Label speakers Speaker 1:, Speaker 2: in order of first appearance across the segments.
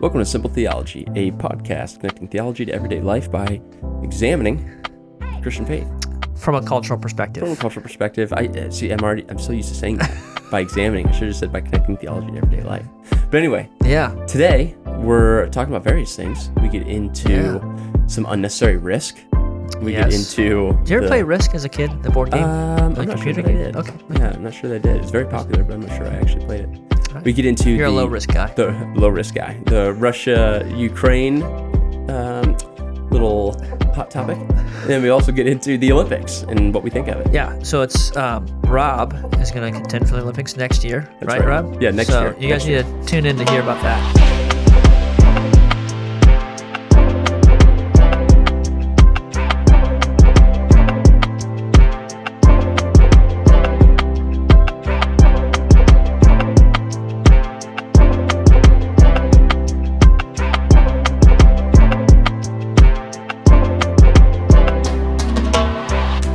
Speaker 1: Welcome to Simple Theology, a podcast connecting theology to everyday life by examining Christian faith
Speaker 2: from a cultural perspective.
Speaker 1: from a cultural perspective. I uh, see. I'm already. I'm so used to saying that by examining. I should have just said by connecting theology to everyday life. But anyway,
Speaker 2: Yeah.
Speaker 1: today we're talking about various things. We get into some unnecessary risk. We
Speaker 2: Yes.
Speaker 1: get into.
Speaker 2: Did you ever
Speaker 1: the-
Speaker 2: play Risk as a kid, the board game?
Speaker 1: Um, I'm not sure
Speaker 2: computer
Speaker 1: that I
Speaker 2: game?
Speaker 1: did.
Speaker 2: Okay.
Speaker 1: Yeah, I'm not sure that I did. It's very popular, but I'm not sure I actually played it. We get into
Speaker 2: You're a
Speaker 1: the-
Speaker 2: low risk guy.
Speaker 1: the low risk guy, the Russia Ukraine um, little hot topic. And then we also get into the Olympics and what we think of it.
Speaker 2: Yeah. So it's um, Rob is going to contend for the Olympics next year, right,
Speaker 1: right.
Speaker 2: Rob?
Speaker 1: Yeah, next
Speaker 2: so
Speaker 1: year.
Speaker 2: You guys need to tune in to hear about that.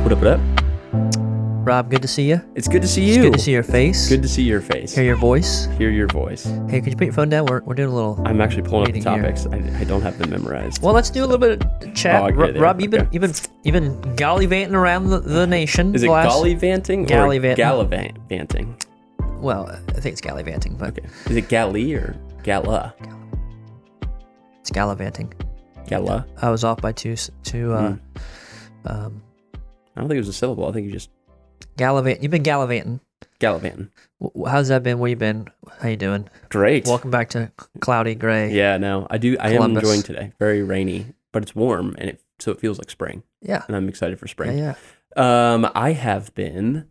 Speaker 1: What up, what up?
Speaker 2: Rob, good to see you.
Speaker 1: It's good to see
Speaker 2: It's
Speaker 1: you.
Speaker 2: good to see your face.
Speaker 1: Good to see your face.
Speaker 2: Hear your voice.
Speaker 1: Hear your voice.
Speaker 2: Hey, could you put your phone down? We're, we're doing a little.
Speaker 1: I'm actually pulling up the
Speaker 2: Waiting here.
Speaker 1: topics. I, I don't have them memorized.
Speaker 2: Well, let's do a little bit of chat.
Speaker 1: Oh, I get
Speaker 2: Ro-
Speaker 1: it.
Speaker 2: Rob, you've been,
Speaker 1: Okay.
Speaker 2: you've been, you've been gallivanting around the, the nation.
Speaker 1: Is
Speaker 2: the
Speaker 1: it
Speaker 2: last-
Speaker 1: gallivanting or
Speaker 2: Gallivanting.
Speaker 1: gallivanting?
Speaker 2: Well, I think it's gallivanting, but
Speaker 1: Okay. Is it galley or gala?
Speaker 2: it's gallivanting.
Speaker 1: Gala.
Speaker 2: I was off by two, s- two,
Speaker 1: Hmm.
Speaker 2: uh, um,
Speaker 1: I don't think it was a syllable. I think you just
Speaker 2: gallivant. You've been gallivanting.
Speaker 1: gallivanting.
Speaker 2: Wh- wh- How's that been? Where you been? How you doing?
Speaker 1: Great.
Speaker 2: Welcome back to cloudy gray.
Speaker 1: yeah, no, I do. I am
Speaker 2: Columbus.
Speaker 1: enjoying today. Very rainy, but it's warm and it so it feels like spring,
Speaker 2: yeah,
Speaker 1: and I'm excited for spring.
Speaker 2: yeah, yeah.
Speaker 1: Um, I have been.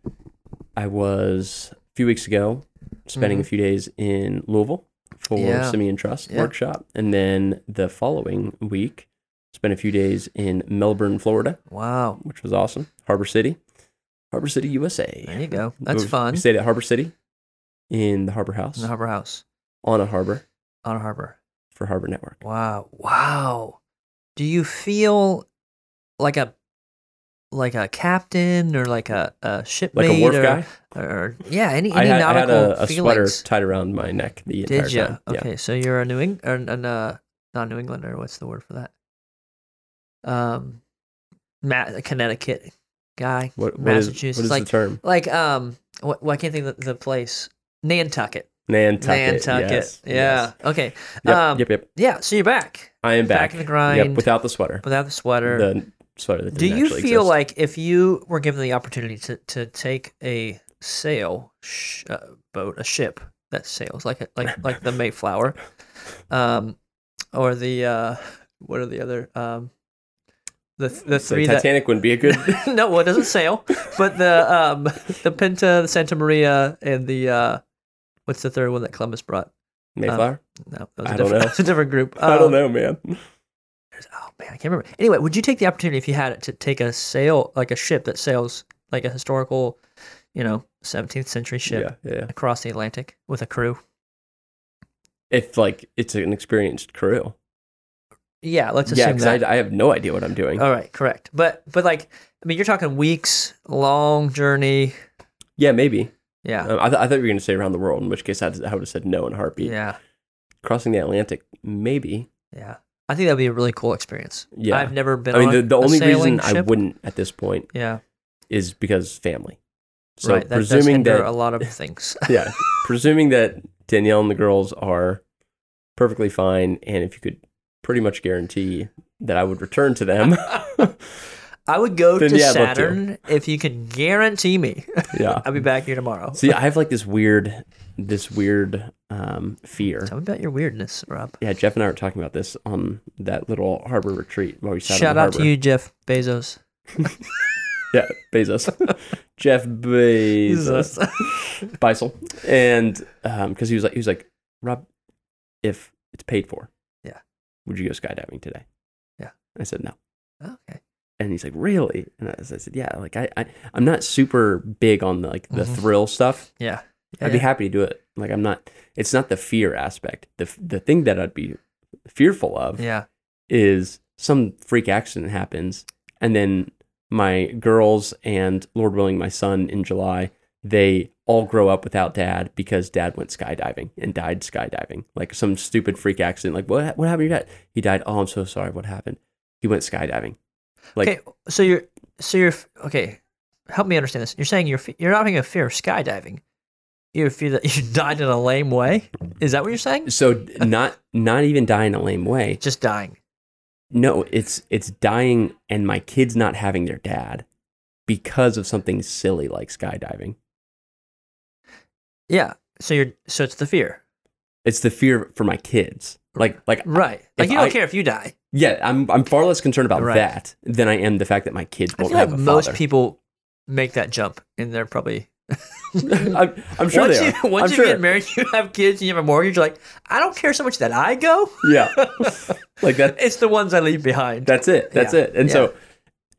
Speaker 1: I was a few weeks ago spending a few days in Louisville for
Speaker 2: Mm-hmm. Yeah.
Speaker 1: Simeon Trust
Speaker 2: Yeah.
Speaker 1: workshop, and then the following week spent a few days in Melbourne, Florida,
Speaker 2: Wow,
Speaker 1: which was awesome. Harbor City, Harbor City, USA.
Speaker 2: there you go. That's
Speaker 1: We-
Speaker 2: fun.
Speaker 1: We stayed at Harbor City in the Harbor House
Speaker 2: In the Harbor House
Speaker 1: on a harbor
Speaker 2: on a harbor.
Speaker 1: for Harbor Network.
Speaker 2: Wow, wow. Do you feel like a like a captain or like a, a
Speaker 1: Like
Speaker 2: shipmate
Speaker 1: a wharf
Speaker 2: or,
Speaker 1: guy,
Speaker 2: or yeah, any,
Speaker 1: I
Speaker 2: any
Speaker 1: had, I had
Speaker 2: nautical
Speaker 1: a, a sweater
Speaker 2: feelings?
Speaker 1: tied around my neck the entire
Speaker 2: Did you?
Speaker 1: time. Yeah.
Speaker 2: Okay, so you're a New England, or an, uh, not New Englander. What's the word for that? Um, Ma- a Connecticut guy,
Speaker 1: What, what is, what
Speaker 2: Massachusetts,
Speaker 1: is
Speaker 2: like-
Speaker 1: the term?
Speaker 2: like um, what, well, I can't think of the, the place. Nantucket,
Speaker 1: Nantucket.
Speaker 2: Nantucket.
Speaker 1: yes,
Speaker 2: yeah.
Speaker 1: yes.
Speaker 2: Okay.
Speaker 1: Yep,
Speaker 2: um,
Speaker 1: yep, yep.
Speaker 2: Yeah. So you're back
Speaker 1: I am back.
Speaker 2: back in the grind.
Speaker 1: Yep, without the sweater.
Speaker 2: without the sweater.
Speaker 1: The sweater that
Speaker 2: Do
Speaker 1: didn't
Speaker 2: you
Speaker 1: actually
Speaker 2: feel
Speaker 1: exist.
Speaker 2: like if you were given the opportunity to, to take a sail sh- uh, boat, a ship that sails like a, like like the Mayflower, um, or the uh, what are the other um, the the
Speaker 1: So
Speaker 2: three that
Speaker 1: Titanic wouldn't be a good
Speaker 2: no, well, it doesn't sail, but the um, the Pinta, the Santa Maria, and the uh, what's the third one that Columbus brought?
Speaker 1: Mayflower?
Speaker 2: No, that was a
Speaker 1: I don't
Speaker 2: different,
Speaker 1: know.
Speaker 2: that was a different group.
Speaker 1: I
Speaker 2: Um,
Speaker 1: don't know, man.
Speaker 2: Oh man, I can't remember. Anyway, would you take the opportunity if you had it to take a sail, like a ship that sails, like a historical, you know, 17th century ship
Speaker 1: Yeah, yeah.
Speaker 2: across the Atlantic with a crew?
Speaker 1: If like it's an experienced crew.
Speaker 2: Yeah, let's
Speaker 1: yeah,
Speaker 2: assume
Speaker 1: because I,
Speaker 2: that. Uh,
Speaker 1: I have no idea what I'm doing.
Speaker 2: All right, correct. But but like, I mean, you're talking weeks, long journey.
Speaker 1: yeah, maybe.
Speaker 2: Yeah,
Speaker 1: Um, I, th- I thought you were going to say around the world, in which case I'd, I would have said no in a heartbeat.
Speaker 2: yeah,
Speaker 1: Crossing the Atlantic, maybe.
Speaker 2: yeah. I think that'd be a really cool experience.
Speaker 1: Yeah.
Speaker 2: I've never been.
Speaker 1: I mean,
Speaker 2: on
Speaker 1: the, the
Speaker 2: a
Speaker 1: only
Speaker 2: sailing
Speaker 1: reason I
Speaker 2: ship.
Speaker 1: wouldn't at this point
Speaker 2: Yeah,
Speaker 1: is because family. So
Speaker 2: right. That
Speaker 1: presuming
Speaker 2: does hinder
Speaker 1: that
Speaker 2: a lot of things.
Speaker 1: yeah. Presuming that Danielle and the girls are perfectly fine, and if you could pretty much guarantee that I would return to them,
Speaker 2: I would go
Speaker 1: Then
Speaker 2: to
Speaker 1: yeah, I'd love to.
Speaker 2: Saturn if you could guarantee me.
Speaker 1: yeah.
Speaker 2: I'll be back here tomorrow.
Speaker 1: See, I have like this weird, this weird um, fear.
Speaker 2: Tell me about your weirdness, Rob.
Speaker 1: Yeah, Jeff and I were talking about this on that little harbor retreat where we sat. on
Speaker 2: Shout
Speaker 1: the
Speaker 2: out
Speaker 1: harbor.
Speaker 2: to you, Jeff Bezos.
Speaker 1: Yeah, Bezos, Jeff Bezos. Beisel, and because he was like, he was like, Rob, if it's paid for,
Speaker 2: Yeah.
Speaker 1: would you go skydiving today?
Speaker 2: Yeah.
Speaker 1: I said no,
Speaker 2: okay.
Speaker 1: and he's like, really? And I, s- I said, yeah. Like I, I, I'm not super big on the, like the
Speaker 2: Mhm.
Speaker 1: thrill stuff.
Speaker 2: Yeah.
Speaker 1: I'd be
Speaker 2: Yeah.
Speaker 1: happy to do it. Like I'm not. It's not the fear aspect. The f- the thing that I'd be fearful of
Speaker 2: Yeah.
Speaker 1: is some freak accident happens and then my girls and lord willing my son in july they all grow up without dad because dad went skydiving and died skydiving. Like some stupid freak accident. Like, what, what happened to your dad? He died. Oh, I'm so sorry. What happened? He went skydiving. Like,
Speaker 2: okay, so you're so you're okay. Help me understand this. You're saying you're fe- you're not having a fear of skydiving. You have a fear that you died in a lame way. Is that what you're saying?
Speaker 1: so not not even die in a lame way.
Speaker 2: Just dying.
Speaker 1: No, it's it's dying and my kids not having their dad because of something silly like skydiving.
Speaker 2: Yeah. So you're so it's the fear.
Speaker 1: It's the fear for my kids. Like like
Speaker 2: Right. Like
Speaker 1: If
Speaker 2: you don't
Speaker 1: I-
Speaker 2: care if you die.
Speaker 1: yeah, I'm I'm far less concerned about
Speaker 2: Right.
Speaker 1: that than I am the fact that my kids
Speaker 2: I
Speaker 1: won't
Speaker 2: feel like
Speaker 1: have a
Speaker 2: most
Speaker 1: father.
Speaker 2: people make that jump, and they're probably.
Speaker 1: I'm, I'm sure
Speaker 2: once
Speaker 1: they
Speaker 2: you,
Speaker 1: are.
Speaker 2: once
Speaker 1: I'm
Speaker 2: you
Speaker 1: sure.
Speaker 2: get married, you have kids, you have a mortgage. You're like, I don't care so much that I go.
Speaker 1: yeah, like that.
Speaker 2: It's the ones I leave behind.
Speaker 1: That's it. That's
Speaker 2: Yeah,
Speaker 1: it. And
Speaker 2: yeah.
Speaker 1: so,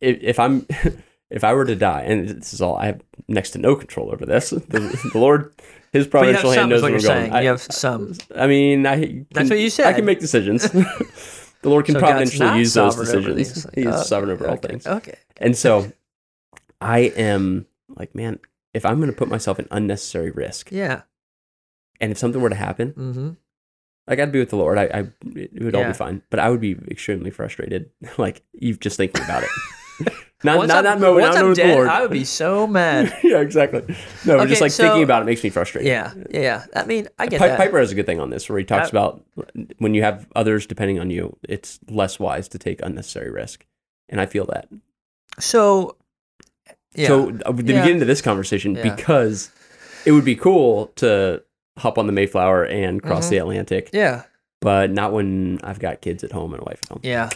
Speaker 1: if, if I'm, if I were to die, and this is all, I have next to no control over this. The, the Lord, His
Speaker 2: but you have
Speaker 1: providential hand
Speaker 2: some,
Speaker 1: knows
Speaker 2: is what
Speaker 1: where
Speaker 2: you're
Speaker 1: I'm going.
Speaker 2: saying.
Speaker 1: I,
Speaker 2: you have some.
Speaker 1: I mean, I can,
Speaker 2: That's what you
Speaker 1: I
Speaker 2: said.
Speaker 1: can make decisions. the Lord can
Speaker 2: So God's
Speaker 1: providentially
Speaker 2: not
Speaker 1: use those
Speaker 2: sovereign over
Speaker 1: decisions.
Speaker 2: these.
Speaker 1: He is
Speaker 2: Uh,
Speaker 1: sovereign over all
Speaker 2: okay,
Speaker 1: things.
Speaker 2: Okay.
Speaker 1: And so, I am like, man, if I'm going to put myself in unnecessary risk,
Speaker 2: Yeah.
Speaker 1: and if something were to happen,
Speaker 2: hmm
Speaker 1: like I'd be with the Lord. I, I it would all
Speaker 2: Yeah.
Speaker 1: be fine, but I would be extremely frustrated. like you just thinking about it. not
Speaker 2: once
Speaker 1: not
Speaker 2: I'm,
Speaker 1: that moment.
Speaker 2: once
Speaker 1: not
Speaker 2: I'm
Speaker 1: with the
Speaker 2: dead,
Speaker 1: Lord.
Speaker 2: I would be so mad.
Speaker 1: yeah, exactly. No, but
Speaker 2: Okay,
Speaker 1: just like
Speaker 2: so-
Speaker 1: thinking about it makes me frustrated.
Speaker 2: yeah. Yeah. yeah. I mean, I get
Speaker 1: Pi-
Speaker 2: that. Uh,
Speaker 1: Piper has a good thing on this where he talks
Speaker 2: I-
Speaker 1: about when you have others depending on you, it's less wise to take unnecessary risk. And I feel that.
Speaker 2: So. Yeah.
Speaker 1: So uh, we
Speaker 2: Yeah.
Speaker 1: didn't get into this conversation
Speaker 2: Yeah.
Speaker 1: because it would be cool to hop on the Mayflower and cross
Speaker 2: Mm-hmm.
Speaker 1: the Atlantic,
Speaker 2: yeah.
Speaker 1: but not when I've got kids at home and a wife at home.
Speaker 2: Yeah,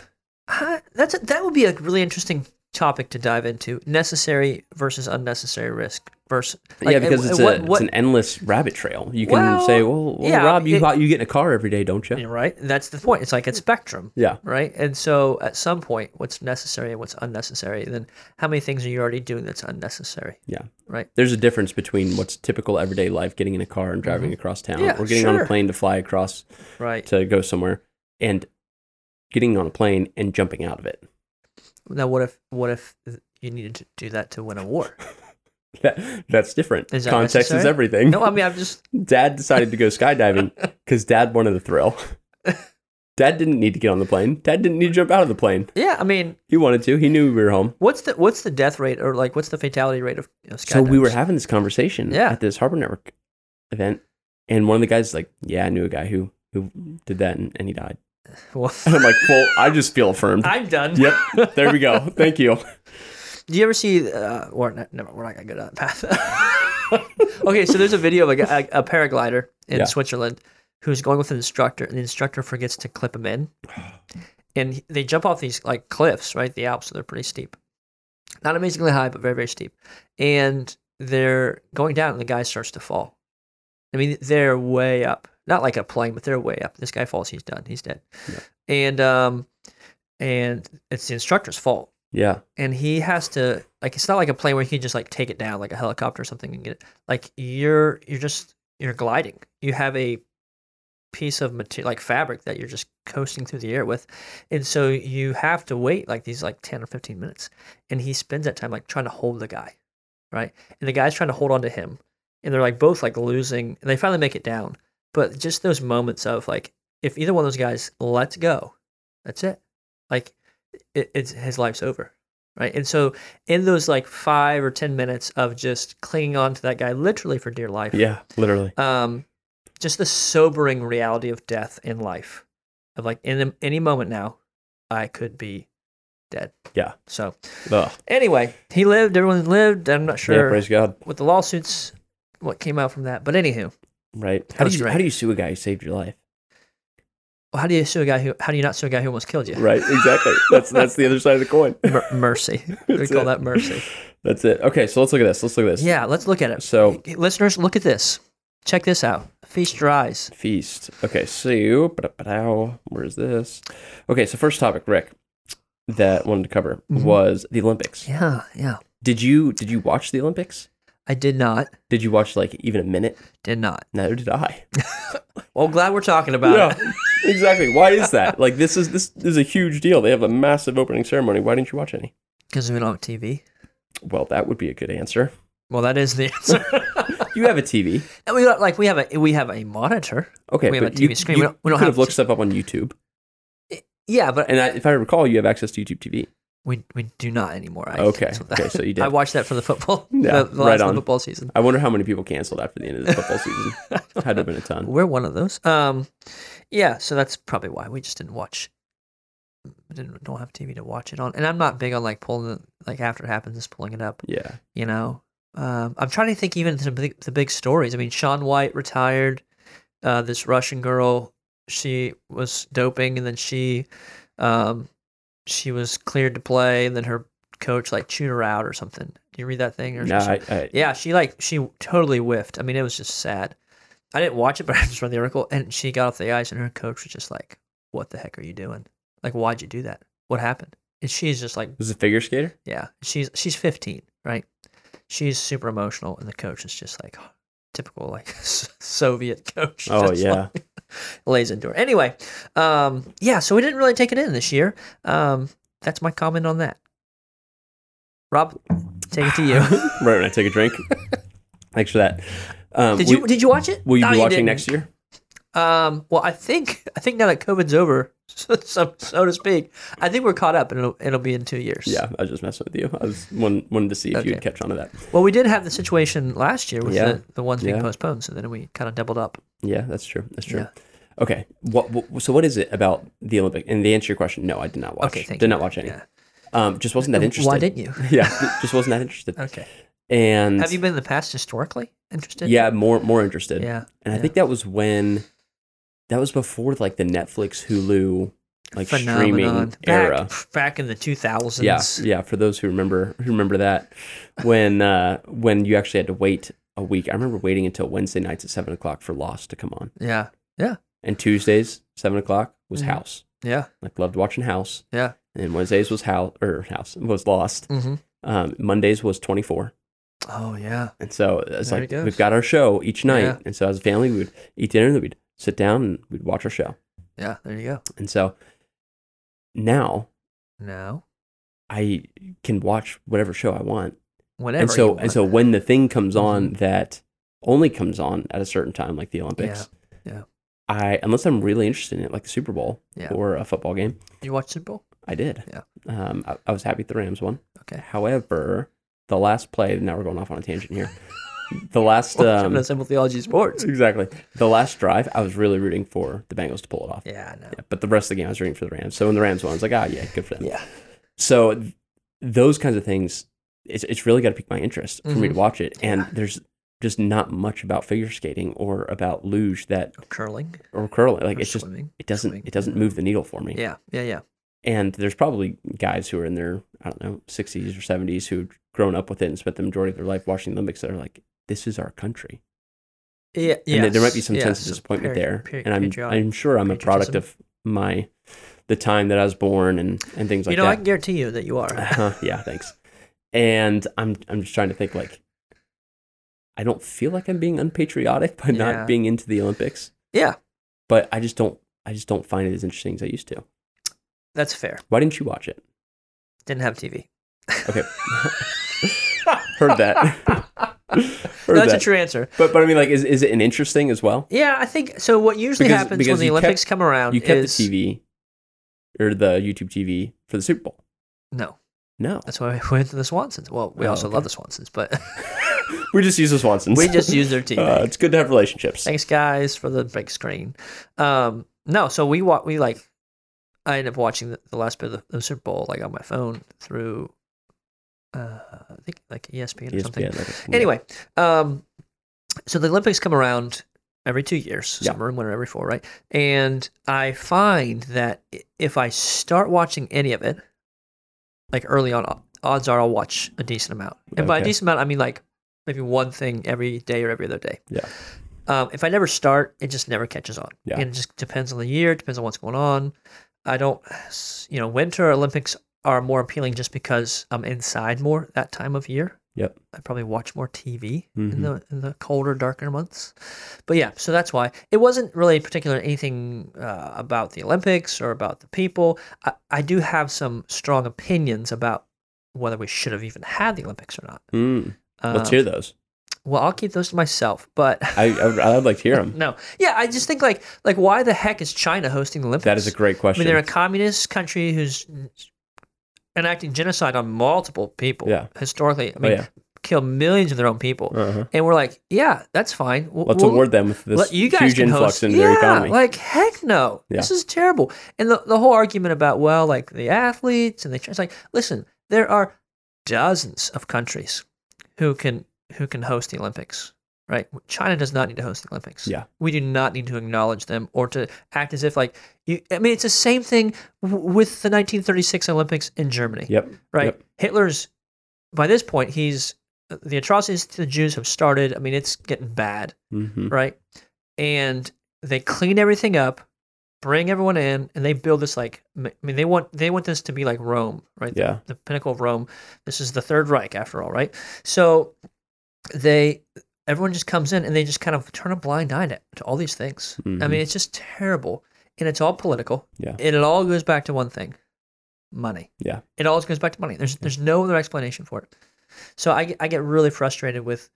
Speaker 2: I, that's a, that would be a really interesting topic to dive into: necessary versus unnecessary risk versus. like,
Speaker 1: yeah, because
Speaker 2: uh,
Speaker 1: it's,
Speaker 2: what-
Speaker 1: a,
Speaker 2: what-
Speaker 1: it's an endless rabbit trail. You can
Speaker 2: Well,
Speaker 1: say, well, well
Speaker 2: yeah,
Speaker 1: Rob, you,
Speaker 2: it-
Speaker 1: buy- you get in a car every day, don't you?
Speaker 2: you're right. That's the point. It's like
Speaker 1: Hmm.
Speaker 2: a spectrum,
Speaker 1: Yeah.
Speaker 2: right? And so, at some point, what's necessary and what's unnecessary, and then how many things are you already doing that's unnecessary?
Speaker 1: Yeah.
Speaker 2: Right.
Speaker 1: There's a difference between what's typical everyday life, getting in a car and driving across town,
Speaker 2: Mm-hmm. Yeah,
Speaker 1: or getting on a
Speaker 2: sure.
Speaker 1: plane to fly across
Speaker 2: Right.
Speaker 1: to go somewhere, and getting on a plane and jumping out of it.
Speaker 2: Now, what if what if you needed to do that to win a war?
Speaker 1: That, that's different.
Speaker 2: Is that
Speaker 1: Context is
Speaker 2: necessary?
Speaker 1: everything.
Speaker 2: No, I mean I'm just
Speaker 1: Dad decided to go skydiving because Dad wanted the thrill. Dad didn't need to get on the plane. Dad didn't need to jump out of the plane.
Speaker 2: yeah. I mean,
Speaker 1: He wanted to. He knew we were home.
Speaker 2: what's the what's the death rate or like what's the fatality rate of, of
Speaker 1: So we were
Speaker 2: skydivers?
Speaker 1: having this conversation
Speaker 2: Yeah.
Speaker 1: at this Harbor Network event, and one of the guys is like, "Yeah, I knew a guy who who did that, and, and he died."
Speaker 2: Well,
Speaker 1: And I'm like, "Well, I just feel affirmed."
Speaker 2: I'm done.
Speaker 1: yep, there we go. Thank you.
Speaker 2: Do you ever see? Uh, or no, never. We're not gonna go down that path. okay, so there's a video of a, guy, a paraglider in
Speaker 1: Yeah.
Speaker 2: Switzerland who's going with an instructor, and the instructor forgets to clip him in, and he- they jump off these like cliffs, right? The Alps, so they're pretty steep, not amazingly high, but very very steep, and they're going down, and the guy starts to fall. I mean, they're way up, not like a plane, but they're way up. This guy falls, he's done, he's dead,
Speaker 1: Yeah.
Speaker 2: and um, and it's the instructor's fault
Speaker 1: Yeah,
Speaker 2: and he has to like it's not like a plane where he can just like take it down like a helicopter or something and get it like you're you're just you're gliding you have a piece of material like fabric that you're just coasting through the air with and so you have to wait like these like 10 or 15 minutes and he spends that time like trying to hold the guy right and the guy's trying to hold on to him and they're like both like losing and they finally make it down but just those moments of like if either one of those guys lets go that's it like it, it's his life's over right and so in those like five or ten minutes of just clinging on to that guy literally for dear life
Speaker 1: yeah, literally.
Speaker 2: um just the sobering reality of death in life of like in a- any moment now i could be dead
Speaker 1: Yeah.
Speaker 2: so
Speaker 1: Ugh.
Speaker 2: anyway he lived everyone lived i'm not
Speaker 1: Yeah,
Speaker 2: sure
Speaker 1: praise God.
Speaker 2: with the lawsuits what came out from that but anywho
Speaker 1: Right?
Speaker 2: That
Speaker 1: How do
Speaker 2: was
Speaker 1: you
Speaker 2: great.
Speaker 1: how do you sue a guy who saved your life?
Speaker 2: how do you sue a guy who how do you not sue a guy who almost killed you
Speaker 1: Right? Exactly. That's that's the other side of the coin.
Speaker 2: Mer- mercy we
Speaker 1: That's
Speaker 2: call
Speaker 1: it.
Speaker 2: that mercy
Speaker 1: That's it. Okay, so let's look at this. Let's look at this.
Speaker 2: yeah let's look at it
Speaker 1: So
Speaker 2: Okay, listeners, look at this. Check this out. Feast your eyes.
Speaker 1: feast. Okay, so ba-da-ba-dow. where is this? Okay, so first topic, Rick, that I wanted to cover
Speaker 2: Mhm.
Speaker 1: was the Olympics.
Speaker 2: Yeah, yeah.
Speaker 1: Did you did you watch the Olympics?
Speaker 2: I did not.
Speaker 1: Did you watch like even a minute?
Speaker 2: Did not.
Speaker 1: Neither did I.
Speaker 2: Well, glad we're talking about it.
Speaker 1: exactly. Why is that? Like this is this is a huge deal. They have a massive opening ceremony. Why didn't you watch any?
Speaker 2: Because we don't have TV.
Speaker 1: Well, that would be a good answer.
Speaker 2: Well, that is the answer.
Speaker 1: you have a TV.
Speaker 2: And we don't- like we have a we have a monitor.
Speaker 1: Okay,
Speaker 2: We have
Speaker 1: but
Speaker 2: a
Speaker 1: you,
Speaker 2: TV screen.
Speaker 1: You
Speaker 2: We don't- we don't
Speaker 1: could
Speaker 2: have
Speaker 1: have looked
Speaker 2: t-
Speaker 1: stuff up on YouTube,
Speaker 2: Yeah, but
Speaker 1: and I, if I recall, you have access to YouTube TV.
Speaker 2: we we do not anymore. I,
Speaker 1: Okay,
Speaker 2: so that-
Speaker 1: okay, so you
Speaker 2: I
Speaker 1: did.
Speaker 2: watched that for the football.
Speaker 1: Yeah,
Speaker 2: the, the last
Speaker 1: right
Speaker 2: of the
Speaker 1: on.
Speaker 2: football season.
Speaker 1: I wonder how many people canceled after the end of the football season. Had to have been a ton.
Speaker 2: We're one of those. Um, yeah, so that's probably why we just didn't watch. we Didn't don't have TV to watch it on, and I'm not big on like pulling it, like after it happens, just pulling it up.
Speaker 1: Yeah,
Speaker 2: You know, um, I'm trying to think even the big, the big stories. I mean, Sean White retired. Uh, this Russian girl, she was doping, and then she, um, she was cleared to play, and then her coach like chewed her out or something. Do you read that thing? Or
Speaker 1: no, I, I,
Speaker 2: yeah, she like she totally whiffed. I mean, it was just sad. I didn't watch it, but I just read the article, and she got off the ice, and her coach was just like, "What the heck are you doing? Like, why'd you do that? What happened?" And she's just like,
Speaker 1: was a figure skater.
Speaker 2: "Yeah, she's she's 15, right? She's super emotional, and the coach is just like." "Oh, Typical like Soviet coach.
Speaker 1: Oh
Speaker 2: just,
Speaker 1: yeah,
Speaker 2: like, lays into her. Anyway, um, yeah. So we didn't really take it in this year. Um, that's my comment on that. Rob, take it to you.
Speaker 1: right when I take a drink. Thanks for that. Um,
Speaker 2: Did
Speaker 1: we-
Speaker 2: you did you watch it?
Speaker 1: Will you
Speaker 2: No,
Speaker 1: be watching
Speaker 2: didn't.
Speaker 1: next year?
Speaker 2: Um, well, I think I think now that COVID's over, so, so, so to speak, I think we're caught up, and it'll, it'll be in two years.
Speaker 1: Yeah, I was just messing with you. I was wanted, wanted to see if you'd
Speaker 2: Okay.
Speaker 1: catch on to that.
Speaker 2: Well, we did have the situation last year with
Speaker 1: Yeah.
Speaker 2: the, the ones being
Speaker 1: Yeah.
Speaker 2: postponed, so then we kind of doubled up.
Speaker 1: Yeah, that's true. That's true.
Speaker 2: Yeah.
Speaker 1: Okay. What, what? So, what is it about the Olympic? And the answer to your question, no, I did not watch.
Speaker 2: Okay, thank
Speaker 1: did
Speaker 2: you.
Speaker 1: not watch any.
Speaker 2: Yeah.
Speaker 1: Um, just wasn't that interested.
Speaker 2: Why didn't you?
Speaker 1: Yeah, j- just wasn't that interested.
Speaker 2: Okay.
Speaker 1: And
Speaker 2: Have you been in the past historically interested?
Speaker 1: yeah, more more interested.
Speaker 2: Yeah.
Speaker 1: And I
Speaker 2: yeah.
Speaker 1: think that was when, that was before like the Netflix, Hulu, like
Speaker 2: Phenomenon.
Speaker 1: streaming
Speaker 2: Back,
Speaker 1: era.
Speaker 2: Back in the two thousands.
Speaker 1: Yeah, yeah. For those who remember who remember that, when uh, when you actually had to wait a week. I remember waiting until Wednesday nights at seven o'clock for Lost to come on,
Speaker 2: Yeah.
Speaker 1: and Tuesdays seven o'clock was
Speaker 2: Mhm.
Speaker 1: House.
Speaker 2: Yeah.
Speaker 1: Like loved watching House.
Speaker 2: Yeah.
Speaker 1: And then Wednesdays was House or House was Lost.
Speaker 2: hmm
Speaker 1: Um, Mondays was twenty four.
Speaker 2: Oh yeah.
Speaker 1: And so it's
Speaker 2: There
Speaker 1: like
Speaker 2: it goes.
Speaker 1: we've got our show each night.
Speaker 2: Yeah.
Speaker 1: And so as a family, we would eat dinner, and then we'd sit down and we'd watch our show.
Speaker 2: Yeah. There you go.
Speaker 1: And so now
Speaker 2: No.
Speaker 1: I can watch whatever show I want.
Speaker 2: Whatever.
Speaker 1: and
Speaker 2: you
Speaker 1: so
Speaker 2: want.
Speaker 1: and so when the thing comes
Speaker 2: Mm-hmm.
Speaker 1: on that only comes on at a certain time, like the Olympics,
Speaker 2: yeah.
Speaker 1: I unless I'm really interested in it, like the Super Bowl
Speaker 2: Yeah.
Speaker 1: or a football game,
Speaker 2: you watch Super Bowl.
Speaker 1: I did.
Speaker 2: Yeah.
Speaker 1: Um, I, I was happy the Rams won.
Speaker 2: Okay.
Speaker 1: However, the last play. Now we're going off on a tangent here. the last.
Speaker 2: Um,
Speaker 1: Um,
Speaker 2: Simple Theology Sports.
Speaker 1: exactly. The last drive, I was really rooting for the Bengals to pull it off.
Speaker 2: Yeah, I know.
Speaker 1: But the rest of the game, I was rooting for the Rams. So when the Rams won, I was like, ah, yeah, good for them.
Speaker 2: Yeah.
Speaker 1: So th- those kinds of things, it's, it's really got to pique my interest for me to
Speaker 2: Mhm.
Speaker 1: watch it. And there's just not much about figure skating or about luge that
Speaker 2: Curling.
Speaker 1: or curling. Like
Speaker 2: or
Speaker 1: it's just
Speaker 2: swimming.
Speaker 1: it doesn't
Speaker 2: swimming,
Speaker 1: it doesn't
Speaker 2: yeah.
Speaker 1: move the needle for me.
Speaker 2: Yeah, yeah, yeah.
Speaker 1: And there's probably guys who are in their I don't know 60s or 70s who've grown up with it and spent the majority of their life watching the Olympics that are like this is our country.
Speaker 2: Yeah, yeah.
Speaker 1: and there- there might be some sense of disappointment there. And I'm I'm sure I'm a product of my the time that I was born and and things like
Speaker 2: you know, I
Speaker 1: that.
Speaker 2: can guarantee you that you are.
Speaker 1: Uh-huh, yeah, thanks. And I'm I'm just trying to think like I don't feel like I'm being unpatriotic by
Speaker 2: Yeah.
Speaker 1: not being into the Olympics.
Speaker 2: Yeah.
Speaker 1: But I just don't I just don't find it as interesting as I used to.
Speaker 2: That's fair.
Speaker 1: Why didn't you watch it?
Speaker 2: Didn't have TV.
Speaker 1: Okay. Heard that. Heard
Speaker 2: That's
Speaker 1: that.
Speaker 2: a true answer.
Speaker 1: But but I mean like is is it an interesting as well?
Speaker 2: Yeah, I think so. What usually
Speaker 1: Because-
Speaker 2: happens
Speaker 1: because
Speaker 2: when the
Speaker 1: you kept-
Speaker 2: Olympics come around
Speaker 1: You kept
Speaker 2: Um, is
Speaker 1: the TV or the YouTube TV for the Super Bowl.
Speaker 2: no.
Speaker 1: No.
Speaker 2: That's why we went to the Swansons. Well, we
Speaker 1: Oh,
Speaker 2: also
Speaker 1: okay.
Speaker 2: love the Swansons, but
Speaker 1: We just use the Swansons.
Speaker 2: we just use their TV.
Speaker 1: uh, it's good to have relationships.
Speaker 2: Thanks, guys, for the big screen. Um, no, so we wa- we like. I ended up watching the, the last bit of the, the Super Bowl like on my phone through, uh, I think like ESPN or something.
Speaker 1: ESPN, like-
Speaker 2: Anyway, um, so the Olympics come around every two years,
Speaker 1: Yeah.
Speaker 2: summer and winter, every four, right? And I find that i- if I start watching any of it, like early on, o- odds are I'll watch a decent amount. And by a
Speaker 1: Okay.
Speaker 2: decent amount, I mean like maybe one thing every day or every other day.
Speaker 1: Yeah.
Speaker 2: Um, if I never start, it just never catches on.
Speaker 1: Yeah.
Speaker 2: And it just depends on the year, depends on what's going on. I don't, you know, winter Olympics are more appealing just because I'm inside more that time of year.
Speaker 1: Yep.
Speaker 2: I probably watch more TV in
Speaker 1: Mhm.
Speaker 2: the in the colder, darker months. But yeah, so that's why it wasn't really particular anything uh, about the Olympics or about the people. I, I do have some strong opinions about whether we should have even had the Olympics or not.
Speaker 1: Mm,
Speaker 2: Uh,
Speaker 1: let's hear those.
Speaker 2: Well, I'll keep those to myself, but
Speaker 1: I, I I'd like to hear them.
Speaker 2: no. Yeah, I just think like like why the heck is China hosting the Olympics?
Speaker 1: That is a great
Speaker 2: I
Speaker 1: question.
Speaker 2: mean, they're a communist country who's enacting genocide on multiple people.
Speaker 1: Yeah.
Speaker 2: Historically, I
Speaker 1: oh,
Speaker 2: mean,
Speaker 1: yeah.
Speaker 2: kill millions of their own people,
Speaker 1: Uh-huh.
Speaker 2: and we're like, yeah, that's fine. We'll,
Speaker 1: Let's
Speaker 2: we'll-
Speaker 1: award them with this
Speaker 2: let- you guys
Speaker 1: huge
Speaker 2: can
Speaker 1: influx
Speaker 2: host.
Speaker 1: into
Speaker 2: yeah,
Speaker 1: their economy.
Speaker 2: Like heck no,
Speaker 1: Yeah.
Speaker 2: this is terrible. And the the whole argument about well, like the athletes and the it's like listen, there are dozens of countries who can who can host the Olympics. Right, China does not need to host the Olympics.
Speaker 1: Yeah.
Speaker 2: we do not need to acknowledge them or to act as if like you. I mean, it's the same thing w- with the 1936 Olympics in Germany
Speaker 1: yep.
Speaker 2: right?
Speaker 1: Yep.
Speaker 2: Hitler's by this point he's the atrocities to the Jews have started. I mean, it's getting bad,
Speaker 1: hmm
Speaker 2: right? And they clean everything up, bring everyone in, and they build this like m- I mean, they want they want this to be like Rome, right?
Speaker 1: Yeah.
Speaker 2: The pinnacle of Rome. This is the Third Reich after all, right? So they everyone just comes in and they just kind of turn a blind eye to, to all these things. I
Speaker 1: Mhm.
Speaker 2: mean, it's just terrible. And it's all political.
Speaker 1: Yeah.
Speaker 2: And it all goes back to one thing. Money
Speaker 1: Yeah.
Speaker 2: it always goes back to money. There's there's no other explanation for it. So I get- I get really frustrated with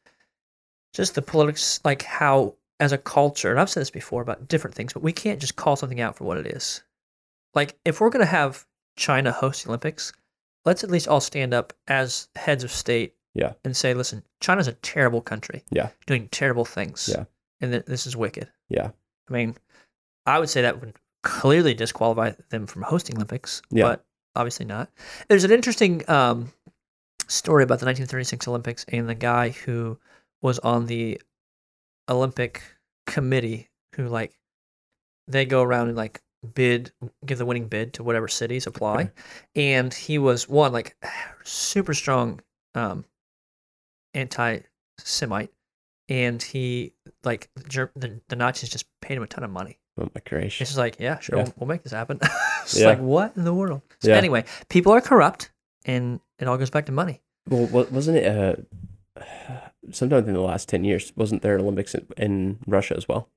Speaker 2: just the politics, like how as a culture, and I've said this before about different things, but we can't just call something out for what it is. Like if we're gonna have China host the Olympics, let's at least all stand up as heads of state,
Speaker 1: Yeah.
Speaker 2: and say, listen, China's a terrible country,
Speaker 1: Yeah.
Speaker 2: doing terrible things,
Speaker 1: Yeah.
Speaker 2: and th- this is wicked.
Speaker 1: Yeah.
Speaker 2: I mean, I would say that would clearly disqualify them from hosting Olympics,
Speaker 1: Yeah.
Speaker 2: but obviously not. There's an interesting um, story about the 1936 Olympics and the guy who was on the Olympic committee who like they go around and like bid give the winning bid to whatever cities apply
Speaker 1: Okay.
Speaker 2: and he was one like super strong um anti-semite and he like the, Ger- the, the nazis just paid him a ton of money
Speaker 1: Oh my
Speaker 2: it's
Speaker 1: gracious.
Speaker 2: just like, yeah, sure,
Speaker 1: Yeah.
Speaker 2: We'll, we'll make this happen. it's
Speaker 1: Yeah.
Speaker 2: like, what in the world? So
Speaker 1: Yeah.
Speaker 2: anyway, people are corrupt, and it all goes back to money.
Speaker 1: Well, wa- wasn't it uh, sometime in the last ten years? Wasn't there Olympics in, in Russia as well?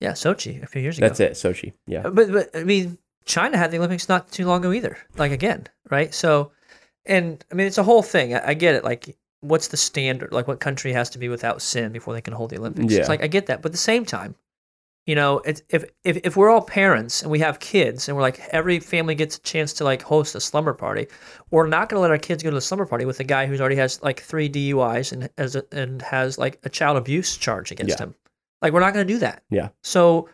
Speaker 2: Yeah, Sochi a few years ago.
Speaker 1: That's it, Sochi. Yeah.
Speaker 2: But, but I mean, China had the Olympics not too long ago either. Like again, right? So, and I mean, it's a whole thing. I, I get it. Like, what's the standard? Like, what country has to be without sin before they can hold the Olympics?
Speaker 1: Yeah.
Speaker 2: It's like I get that, but at the same time, you know, it's, if if if we're all parents and we have kids and we're like every family gets a chance to like host a slumber party, we're not going to let our kids go to the slumber party with a guy who's already has like three DUIs and as a, and has like a child abuse charge against
Speaker 1: Yeah.
Speaker 2: him. Like, we're not going to do that.
Speaker 1: Yeah.
Speaker 2: So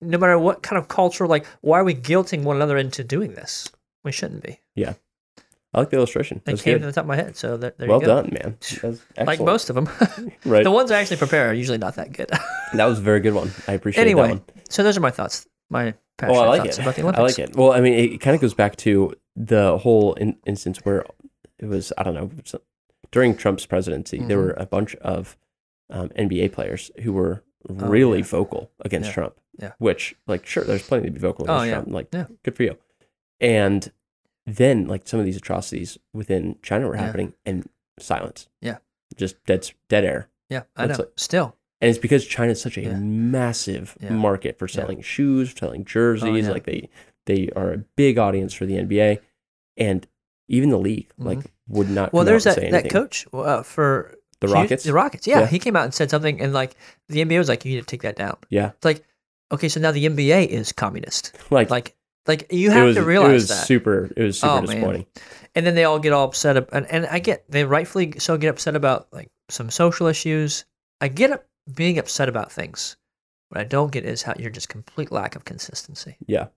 Speaker 2: no matter what kind of culture, like, why are we guilting one another into doing this? We shouldn't be.
Speaker 1: I like the illustration.
Speaker 2: They
Speaker 1: That's
Speaker 2: came
Speaker 1: good.
Speaker 2: to the top of my head, so there, there
Speaker 1: well
Speaker 2: you go.
Speaker 1: done, man. That's excellent.
Speaker 2: Like most of them,
Speaker 1: right?
Speaker 2: the ones I actually prepare are usually not that good.
Speaker 1: that was a very good one. I appreciate
Speaker 2: Anyway,
Speaker 1: that one.
Speaker 2: so those are my thoughts, my
Speaker 1: Oh,
Speaker 2: passionate
Speaker 1: I like
Speaker 2: thoughts
Speaker 1: it.
Speaker 2: about the
Speaker 1: I
Speaker 2: Olympics.
Speaker 1: like it. Well, I mean, it, kind of goes back to the whole in, instance where it was. I don't know. so- During Trump's presidency, there
Speaker 2: Mhm.
Speaker 1: were a bunch of um, NBA players who were
Speaker 2: Oh,
Speaker 1: really
Speaker 2: yeah.
Speaker 1: vocal against
Speaker 2: Yeah.
Speaker 1: Trump.
Speaker 2: Yeah.
Speaker 1: Which, like, sure, there's plenty to be vocal
Speaker 2: Oh,
Speaker 1: against
Speaker 2: yeah.
Speaker 1: Trump. Like,
Speaker 2: Yeah.
Speaker 1: good for you. And then, like, some of these atrocities within China were
Speaker 2: Yeah.
Speaker 1: happening, and silence.
Speaker 2: Yeah.
Speaker 1: Just dead dead air.
Speaker 2: Yeah, I know.
Speaker 1: It's like-
Speaker 2: Still,
Speaker 1: And it's because China is such a
Speaker 2: Yeah.
Speaker 1: massive
Speaker 2: Yeah.
Speaker 1: market for
Speaker 2: Yeah. Oh,
Speaker 1: selling shoes, for selling jerseys.
Speaker 2: yeah.
Speaker 1: Like they they are a big audience for the NBA, and even the league like would not.
Speaker 2: Mm-hmm.
Speaker 1: come
Speaker 2: well,
Speaker 1: out
Speaker 2: there's
Speaker 1: and
Speaker 2: that,
Speaker 1: say
Speaker 2: that
Speaker 1: anything.
Speaker 2: coach uh, for
Speaker 1: the
Speaker 2: Hous-
Speaker 1: Rockets.
Speaker 2: The Rockets, yeah,
Speaker 1: Yeah.
Speaker 2: he came out and said something, and like the NBA was like, "You need to take that down."
Speaker 1: yeah,
Speaker 2: It's like, okay, so now the NBA is communist.
Speaker 1: like,
Speaker 2: Like, like you
Speaker 1: it
Speaker 2: have
Speaker 1: was
Speaker 2: to realize
Speaker 1: it was
Speaker 2: that.
Speaker 1: super it was super
Speaker 2: Oh, man.
Speaker 1: disappointing.
Speaker 2: and then they all get all upset ab- and, and i get they rightfully so get upset about like some social issues i get up being upset about things what i don't get is how you're just complete lack of consistency
Speaker 1: Yeah,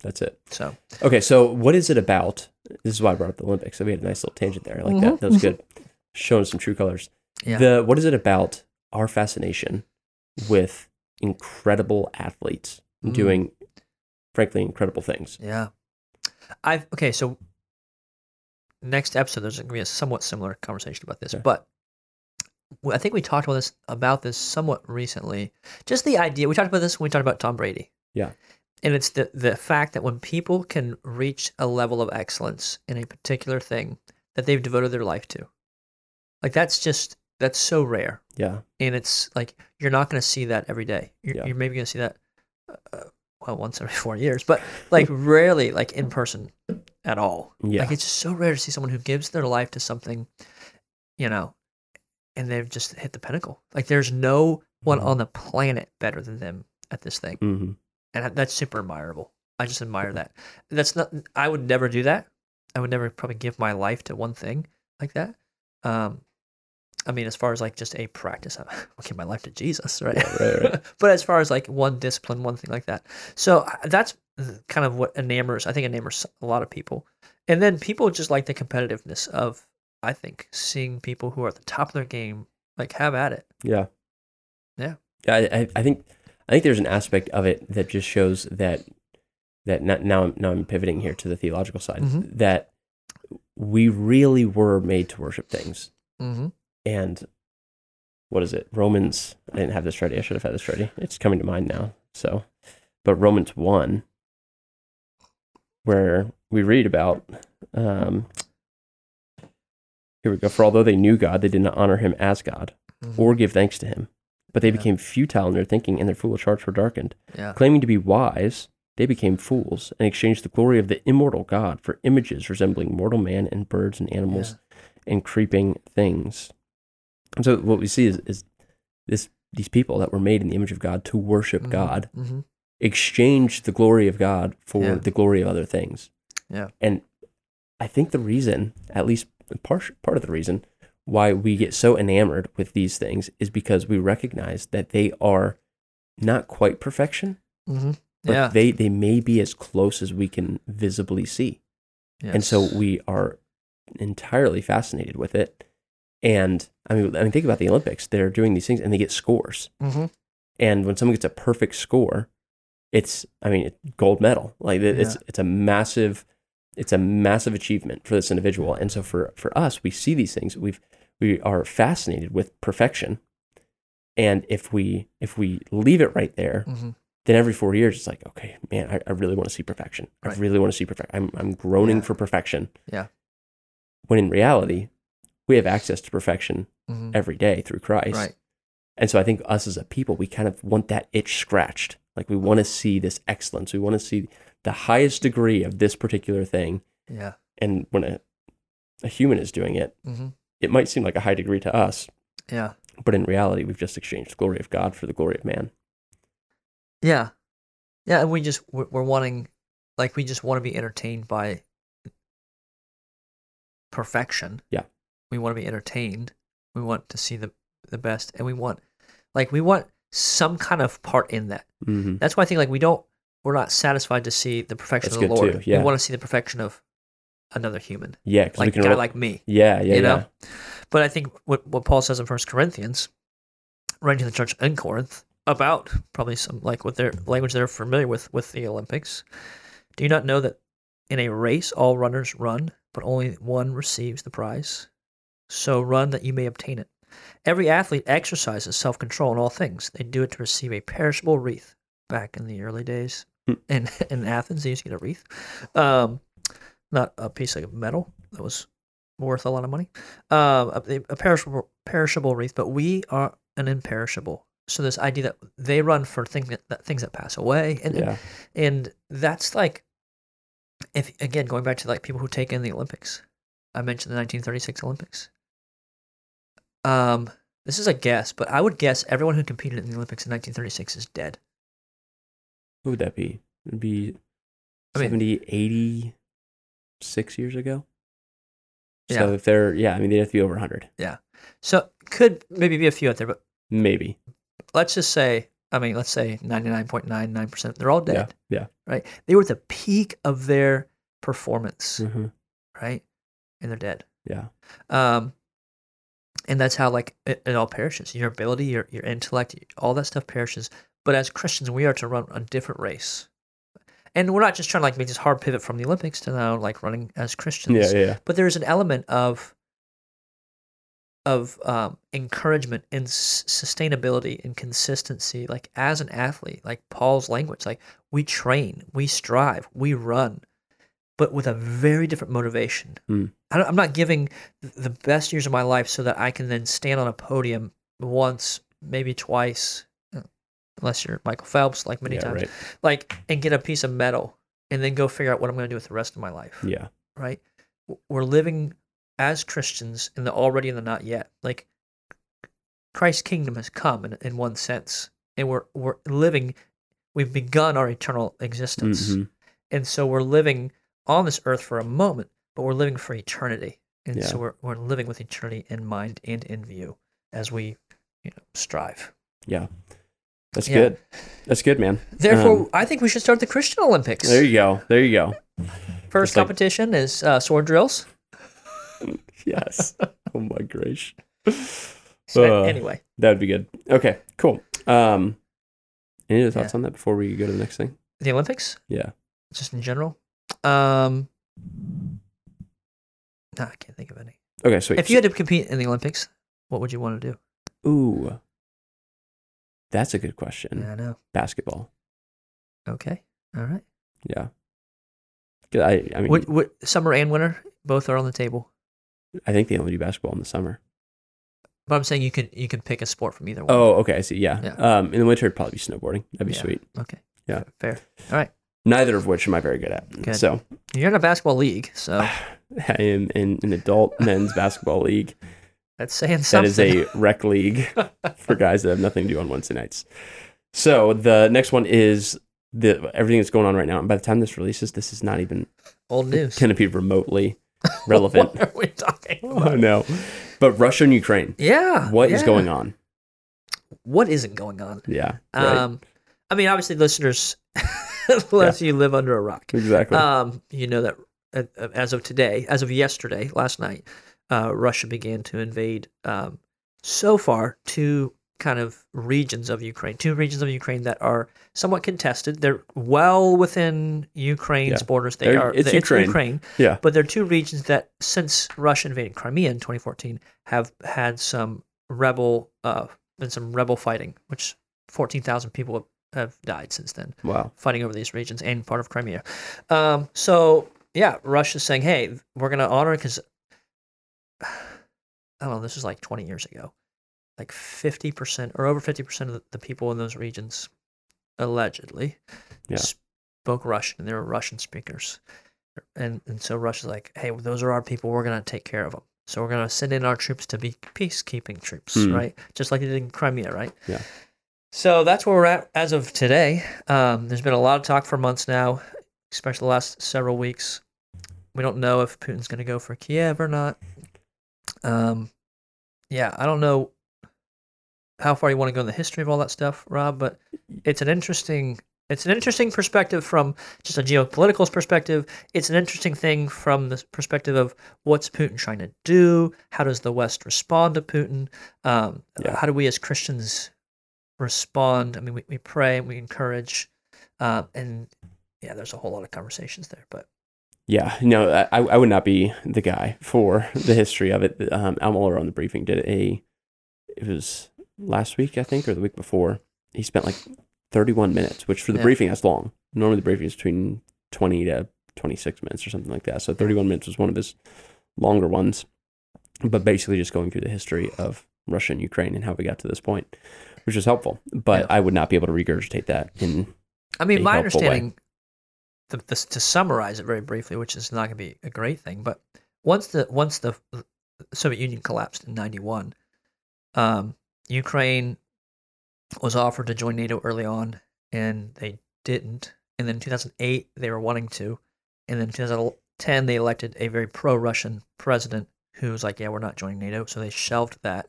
Speaker 1: that's it.
Speaker 2: so
Speaker 1: Okay, so what is it about? This is why I brought up the Olympics. So we had a nice little tangent there. I like that. That was good. Showing some true colors.
Speaker 2: Mm-hmm. Yeah.
Speaker 1: The what is it about our fascination with incredible athletes
Speaker 2: Mm.
Speaker 1: doing, frankly, incredible things?
Speaker 2: yeah i okay so next episode there's going to be a somewhat similar conversation about this
Speaker 1: Okay.
Speaker 2: but w- i think we talked about this about this somewhat recently just the idea we talked about this when we talked about tom brady
Speaker 1: Yeah.
Speaker 2: and it's the the fact that when people can reach a level of excellence in a particular thing that they've devoted their life to like that's just that's so rare
Speaker 1: Yeah.
Speaker 2: and it's like you're not going to see that every day. You're,
Speaker 1: Yeah.
Speaker 2: you're maybe going to see that uh, well once every four years, but like rarely, like in person at all.
Speaker 1: Yeah.
Speaker 2: Like it's just so rare to see someone who gives their life to something, you know, and they've just hit the pinnacle. Like there's no one on the planet better than them at this thing,
Speaker 1: Mm-hmm.
Speaker 2: and I- that's super admirable. I just admire that. That's not. I would never do that. I would never probably give my life to one thing like that. Um, I mean, as far as like just a practice, I would give my life to Jesus, right?
Speaker 1: Right, right.
Speaker 2: but as far as like one discipline, one thing like that. So I- that's kind of what enamors, I think, enamors a lot of people. And then people just like the competitiveness of, I think, seeing people who are at the top of their game, like have at it.
Speaker 1: Yeah.
Speaker 2: Yeah.
Speaker 1: Yeah, I, I- I think I think there's an aspect of it that just shows that that not, now I'm now I'm pivoting here to the theological side
Speaker 2: Mhm.
Speaker 1: that we really were made to worship things
Speaker 2: Mm-hmm.
Speaker 1: and what is it Romans I didn't have this ready I should have had this ready it's coming to mind now so but Romans one where we read about um, here we go for although they knew God they did not honor him as God or give thanks to him. But they
Speaker 2: Yeah.
Speaker 1: became futile in their thinking, and their foolish hearts were darkened.
Speaker 2: yeah.
Speaker 1: Claiming to be wise, they became fools and exchanged the glory of the immortal God for images resembling mortal man and birds and animals and creeping things. And so, what we see is, is this: these people that were made in the image of God to worship
Speaker 2: Mhm.
Speaker 1: God
Speaker 2: Mm-hmm.
Speaker 1: exchanged the glory of God for
Speaker 2: Yeah.
Speaker 1: the glory of other things.
Speaker 2: Yeah.
Speaker 1: And I think the reason, at least part, part of the reason, why we get so enamored with these things is because we recognize that they are not quite perfection,
Speaker 2: Mm-hmm.
Speaker 1: but
Speaker 2: Yeah.
Speaker 1: they, they may be as close as we can visibly see. And so
Speaker 2: Yes.
Speaker 1: we are entirely fascinated with it. And I mean, I mean, think about the Olympics. They're doing these things and they get scores.
Speaker 2: Mhm.
Speaker 1: And when someone gets a perfect score, it's I mean, it, gold medal. Like it, it's it's a massive it's a massive achievement for this individual. And so for for us, we see these things. We've we are fascinated with perfection. And if we if we leave it right there,
Speaker 2: Mhm.
Speaker 1: then every four years it's like, okay, man, I, I really want to see perfection.
Speaker 2: Right.
Speaker 1: I really want to see perfection. I'm I'm groaning
Speaker 2: Yeah.
Speaker 1: for perfection.
Speaker 2: Yeah.
Speaker 1: When in reality, we have access to perfection
Speaker 2: Mhm.
Speaker 1: every day through Christ.
Speaker 2: Right.
Speaker 1: And so I think us as a people, we kind of want that itch scratched. Like we want to see this excellence. We want to see the highest degree of this particular thing.
Speaker 2: Yeah.
Speaker 1: And when a, a human is doing it,
Speaker 2: Mm-hmm.
Speaker 1: it might seem like a high degree to us,
Speaker 2: Yeah.
Speaker 1: but in reality, we've just exchanged the glory of God for the glory of man.
Speaker 2: Yeah. Yeah. And we just, we're, we're wanting, like, we just want to be entertained by perfection.
Speaker 1: Yeah.
Speaker 2: We want to be entertained. We want to see the, the best. And we want, like, we want some kind of part in that.
Speaker 1: Mm-hmm.
Speaker 2: That's why I think, like, we don't, we're not satisfied to see the perfection
Speaker 1: That's
Speaker 2: of the
Speaker 1: good,
Speaker 2: Lord.
Speaker 1: too, yeah.
Speaker 2: We want to see the perfection of another human,
Speaker 1: Yeah, because we
Speaker 2: like, a
Speaker 1: can.
Speaker 2: guy
Speaker 1: rel-
Speaker 2: like me.
Speaker 1: yeah, yeah,
Speaker 2: you know?
Speaker 1: yeah.
Speaker 2: But I think what, what Paul says in First Corinthians, writing to the church in Corinth, about probably some like what their language they're familiar with with the Olympics. Do you not know that in a race all runners run, but only one receives the prize? So run that you may obtain it. Every athlete exercises self control in all things. They do it to receive a perishable wreath. Back in the early days
Speaker 1: Hmm.
Speaker 2: in, in Athens, they used to get a wreath, um, not a piece of metal that was worth a lot of money um, a, a perishable perishable wreath, but we are an imperishable. So this idea that they run for things that, that things that pass away, and
Speaker 1: Yeah.
Speaker 2: and that's like, if again going back to like people who take in the Olympics, I mentioned the 1936 Olympics. Um, this is a guess, but I would guess everyone who competed in the Olympics in 1936 is dead.
Speaker 1: What would that be? It'd be
Speaker 2: I mean-
Speaker 1: 70, 86 years ago.
Speaker 2: Yeah.
Speaker 1: So if they're, yeah, I mean, they'd have to be over 100.
Speaker 2: So could maybe be a few out there, but
Speaker 1: Maybe.
Speaker 2: let's just say, I mean, let's say 99.99%, they're all dead.
Speaker 1: Yeah.
Speaker 2: right? They were at the peak of their performance,
Speaker 1: Yeah. hmm
Speaker 2: right? And they're dead.
Speaker 1: Yeah.
Speaker 2: Um, and that's how like it, it all perishes. Your ability, your your intellect, all that stuff perishes. But as Christians, we are to run a different race, and we're not just trying to like make this hard pivot from the Olympics to now like running as Christians.
Speaker 1: Yeah. Yeah.
Speaker 2: But there is an element of of um, encouragement and s- sustainability and consistency. Like as an athlete, like Paul's language, like we train, we strive, we run, but with a very different motivation.
Speaker 1: Hmm.
Speaker 2: I don't, I'm not giving th- the best years of my life so that I can then stand on a podium once, maybe twice, uh, unless you're Michael Phelps, like many
Speaker 1: yeah,
Speaker 2: times,
Speaker 1: Right.
Speaker 2: like and get a piece of metal and then go figure out what I'm going to do with the rest of my life
Speaker 1: Yeah.
Speaker 2: right? W- We're living as Christians in the already and the not yet. Like Christ's kingdom has come in, in one sense, and we're we're living. We've begun our eternal existence,
Speaker 1: Mhm.
Speaker 2: and so we're living on this earth for a moment, but we're living for eternity, and
Speaker 1: Yeah.
Speaker 2: so we're we're living with eternity in mind and in view as we, you know, strive.
Speaker 1: Yeah. That's
Speaker 2: Yeah.
Speaker 1: good. That's good, man.
Speaker 2: Therefore,
Speaker 1: Um,
Speaker 2: I think we should start the Christian Olympics.
Speaker 1: there you go. There you go.
Speaker 2: First
Speaker 1: just like-
Speaker 2: competition is uh, sword drills.
Speaker 1: Yes. oh my gosh.
Speaker 2: So
Speaker 1: Uh,
Speaker 2: anyway,
Speaker 1: That'd be good. Okay, cool. Um any other thoughts
Speaker 2: Yeah.
Speaker 1: on that before we go to the next thing?
Speaker 2: the Olympics,
Speaker 1: Yeah.
Speaker 2: just in general. Um, no, I can't think of any.
Speaker 1: Okay, sweet.
Speaker 2: If you had to compete in the Olympics, what would you want to do?
Speaker 1: Ooh. That's a good question.
Speaker 2: I know.
Speaker 1: Basketball.
Speaker 2: Okay. All right.
Speaker 1: Yeah. 'Cause I I mean
Speaker 2: What, what, summer and winter, both are on the table.
Speaker 1: I think they only do basketball in the summer.
Speaker 2: But I'm saying you can you can pick a sport from either one.
Speaker 1: Oh, okay, I see. Yeah.
Speaker 2: Yeah.
Speaker 1: Um in the winter it'd probably be snowboarding. That'd be
Speaker 2: Yeah.
Speaker 1: sweet.
Speaker 2: Okay.
Speaker 1: Oh, Yeah.
Speaker 2: Fair.
Speaker 1: Neither of which am I very good at.
Speaker 2: Good.
Speaker 1: So
Speaker 2: You're in a basketball league, so
Speaker 1: I am in an adult men's basketball league.
Speaker 2: that's saying
Speaker 1: That
Speaker 2: something.
Speaker 1: is a rec league for guys that have nothing to do on Wednesday nights. So the next one is the everything that's going on right now. And by the time this releases, this is not even
Speaker 2: old news.
Speaker 1: going to be remotely relevant.
Speaker 2: What are we talking
Speaker 1: oh
Speaker 2: about?
Speaker 1: no! But Russia and Ukraine.
Speaker 2: Yeah.
Speaker 1: What is
Speaker 2: yeah.
Speaker 1: going on?
Speaker 2: What isn't going on?
Speaker 1: Yeah. Right.
Speaker 2: Um, I mean, obviously, listeners, unless you live under a rock,
Speaker 1: exactly.
Speaker 2: um, you know that uh, uh, as of today, as of yesterday, last night, uh, Russia began to invade. Um, so far, two kind of regions of Ukraine, two regions of Ukraine that are somewhat contested. They're well within Ukraine's
Speaker 1: Yeah.
Speaker 2: borders. They
Speaker 1: They're-
Speaker 2: are.
Speaker 1: it's
Speaker 2: th-
Speaker 1: Ukraine. yeah.
Speaker 2: but they're two regions that, since Russia invaded Crimea in 2014, have had some rebel, uh, been some rebel fighting, which 14,000 people have- have died since then
Speaker 1: Wow.
Speaker 2: fighting over these regions and part of Crimea. Um, so yeah, Russia's saying, hey, we're gonna honor because I don't know, oh, this was like 20 years ago, like 50 percent or over 50 percent of the, the people in those regions, allegedly,
Speaker 1: Yeah.
Speaker 2: spoke Russian and they were Russian speakers, and and so Russia's like, hey, those are our people, we're gonna take care of them. So we're gonna send in our troops to be peacekeeping troops,
Speaker 1: Hmm.
Speaker 2: right? Just like they did in Crimea, right?
Speaker 1: Yeah.
Speaker 2: So that's where we're at as of today. Um, there's been a lot of talk for months now, especially the last several weeks. We don't know if Putin's going to go for Kiev or not. Um, yeah, I don't know how far you want to go in the history of all that stuff, Rob, but it's an interesting it's an interesting perspective from just a geopolitical perspective. It's an interesting thing from the perspective of what's Putin trying to do? How does the West respond to Putin? Um,
Speaker 1: Yeah.
Speaker 2: How do we as Christians respond? I mean, we, we pray and we encourage. Uh, and yeah, there's a whole lot of conversations there, but
Speaker 1: Yeah, no, I, I would not be the guy for the history of it. Um, Al Mohler on the briefing did a, it was last week I think or the week before. He spent like 31 minutes, which for the
Speaker 2: Yeah.
Speaker 1: briefing that's long. Normally the briefing is between 20 to 26 minutes or something like that. So 31 minutes was one of his longer ones, but basically just going through the history of Russia and Ukraine and how we got to this point, which was helpful. But
Speaker 2: Yeah.
Speaker 1: I would not be able to regurgitate that in
Speaker 2: I mean,
Speaker 1: a
Speaker 2: my
Speaker 1: helpful way.
Speaker 2: understanding, the, the, to summarize it very briefly, which is not going to be a great thing, but once the once the uh, Soviet Union collapsed in '91, um, Ukraine was offered to join NATO early on, and they didn't. And then in 2008, they were wanting to, and then in 2010, they elected a very pro-Russian president who was like, "Yeah, we're not joining NATO," so they shelved that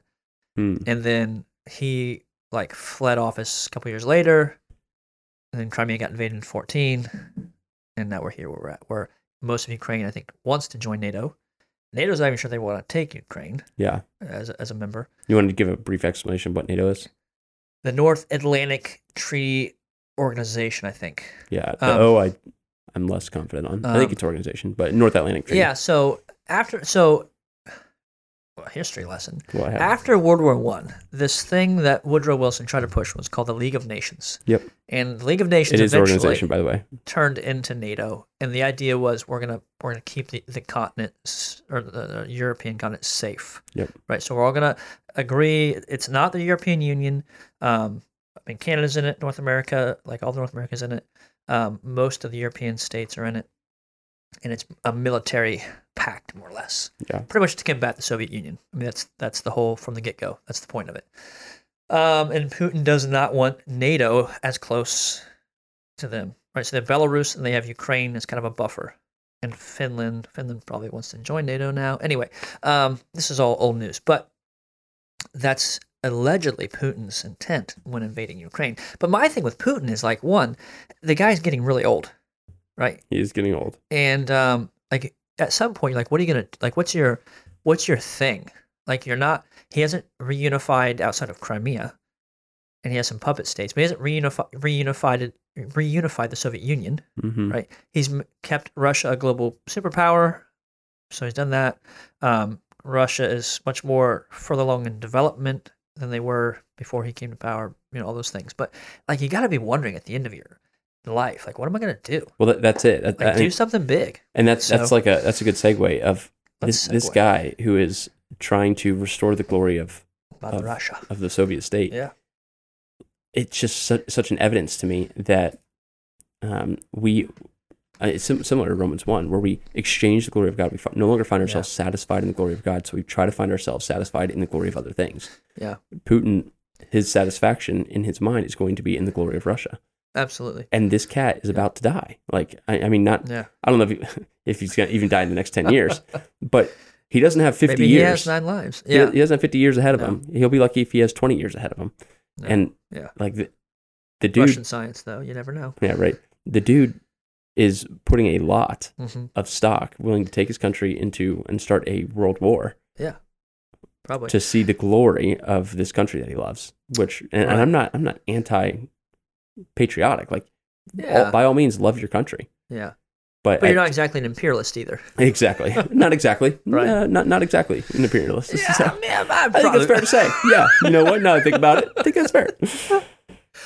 Speaker 1: Hmm,
Speaker 2: and then he like fled office a couple years later and then crimea got invaded in 14 and now we're here where we're at where most of ukraine i think wants to join nato nato's not even sure they want to take ukraine
Speaker 1: yeah.
Speaker 2: as a, as a member
Speaker 1: You wanted to give a brief explanation of what NATO is?
Speaker 2: the north atlantic treaty organization i think
Speaker 1: Yeah.
Speaker 2: Um,
Speaker 1: oh, I, I'm less confident on. I think
Speaker 2: um,
Speaker 1: it's organization, but North Atlantic Treaty.
Speaker 2: yeah so after so well, history lesson
Speaker 1: Well, I have-
Speaker 2: After World War One, this thing that Woodrow Wilson tried to push was called the League of Nations.
Speaker 1: Yep.
Speaker 2: And the League of Nations
Speaker 1: it is
Speaker 2: eventually
Speaker 1: organization, by the way.
Speaker 2: turned into NATO, and the idea was we're gonna we're gonna keep the, the continent s- or the, the European continent safe.
Speaker 1: Yep.
Speaker 2: Right. So we're all gonna agree it's not the European Union. Um, I mean Canada's in it, North America, like all the North America's in it. Um, most of the European states are in it. and it's a military pact, more or less.
Speaker 1: Yeah.
Speaker 2: Pretty much to combat the Soviet Union. I mean, that's that's the whole from the get go. That's the point of it. Um, and Putin does not want NATO as close to them. Right. So they have Belarus and they have Ukraine as kind of a buffer. And Finland, Finland probably wants to join NATO now. Anyway, um, this is all old news, but that's allegedly Putin's intent when invading Ukraine. But my thing with Putin is like one, the guy's getting really old, right?
Speaker 1: He is getting old.
Speaker 2: and um like at some point you're like what are you gonna like what's your what's your thing like you're not he hasn't reunified outside of crimea and he has some puppet states but he hasn't reunified reunified it- reunified the soviet union
Speaker 1: Mm-hmm.
Speaker 2: right he's m- kept russia a global superpower so he's done that um russia is much more further along in development than they were before he came to power you know all those things but like you got to be wondering at the end of your life like what am i going to do
Speaker 1: Well, that, that's it. That-
Speaker 2: like
Speaker 1: I
Speaker 2: do
Speaker 1: mean,
Speaker 2: something big
Speaker 1: and that's that's
Speaker 2: so-
Speaker 1: like a that's a good segue of this
Speaker 2: Let's
Speaker 1: this
Speaker 2: segue.
Speaker 1: guy who is trying to restore the glory of
Speaker 2: Mother
Speaker 1: of-
Speaker 2: Russia.
Speaker 1: of the Soviet state.
Speaker 2: Yeah.
Speaker 1: It's just su- such an evidence to me that um, we, uh, it's sim- similar to Romans 1, where we exchange the glory of God. We fi- no longer find ourselves satisfied in the glory of God, so we try to find ourselves satisfied in the glory of other things.
Speaker 2: Yeah.
Speaker 1: Putin, his satisfaction in his mind is going to be in the glory of Russia.
Speaker 2: Absolutely.
Speaker 1: And this cat is about to die. Like, I, I mean, not,
Speaker 2: Yeah.
Speaker 1: I don't know if, he, if he's going to even die in the next 10 years, but he doesn't have 50
Speaker 2: Maybe
Speaker 1: years.
Speaker 2: he has nine lives.
Speaker 1: He-
Speaker 2: Yeah.
Speaker 1: He, doesn't have 50 years ahead of
Speaker 2: No.
Speaker 1: him. He'll be lucky if he has 20 years ahead of him.
Speaker 2: No.
Speaker 1: And
Speaker 2: Yeah.
Speaker 1: like the, the dude,
Speaker 2: Russian science, though, you never know.
Speaker 1: yeah, right. The dude is putting a lot
Speaker 2: hmm
Speaker 1: of stock, willing to take his country into and start a world war
Speaker 2: Probably.
Speaker 1: to see the glory of this country that he loves. Which, and, and I'm not, I'm not anti patriotic. Like,
Speaker 2: yeah.
Speaker 1: all, by all means, love your country,
Speaker 2: yeah.
Speaker 1: but,
Speaker 2: But you're
Speaker 1: at-
Speaker 2: not exactly an imperialist either.
Speaker 1: exactly, not exactly,
Speaker 2: Right.
Speaker 1: No, not not exactly an imperialist. So,
Speaker 2: yeah, I'm
Speaker 1: I think it's fair to say. Yeah, you know what? Now that I think about it, I think that's fair.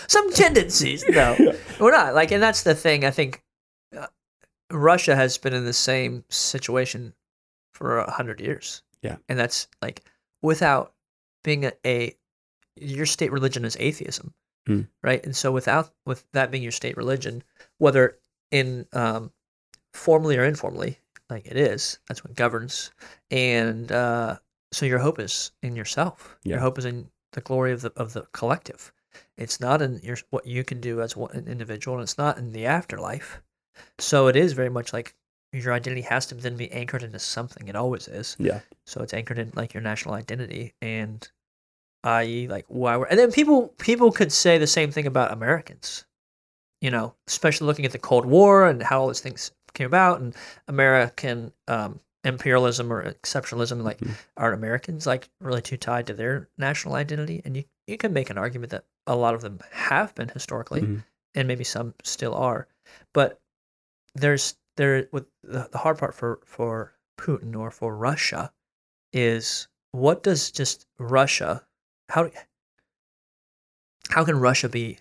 Speaker 2: Some tendencies, though. We're not. Like, and that's the thing. I think uh, Russia has been in the same situation for a hundred years.
Speaker 1: Yeah.
Speaker 2: And that's like without being a, a your state religion is atheism,
Speaker 1: Hmm.
Speaker 2: right? And so without with that being your state religion, whether in um, formally or informally, like it is, that's what governs. And uh, so your hope is in yourself.
Speaker 1: Yeah.
Speaker 2: Your hope is in the glory of the of the collective. It's not in your what you can do as one, an individual, and it's not in the afterlife. So it is very much like your identity has to then be anchored into something. It always is.
Speaker 1: Yeah.
Speaker 2: So it's anchored in like your national identity and i.e. like why we're and then people people could say the same thing about Americans. You know, especially looking at the Cold War and how all these things came about and American um imperialism or exceptionalism like
Speaker 1: Mhm.
Speaker 2: are Americans like really too tied to their national identity and you you can make an argument that a lot of them have been historically
Speaker 1: Mhm.
Speaker 2: and maybe some still are but there's there with the, the hard part for for Putin or for Russia is what does just Russia how how can Russia be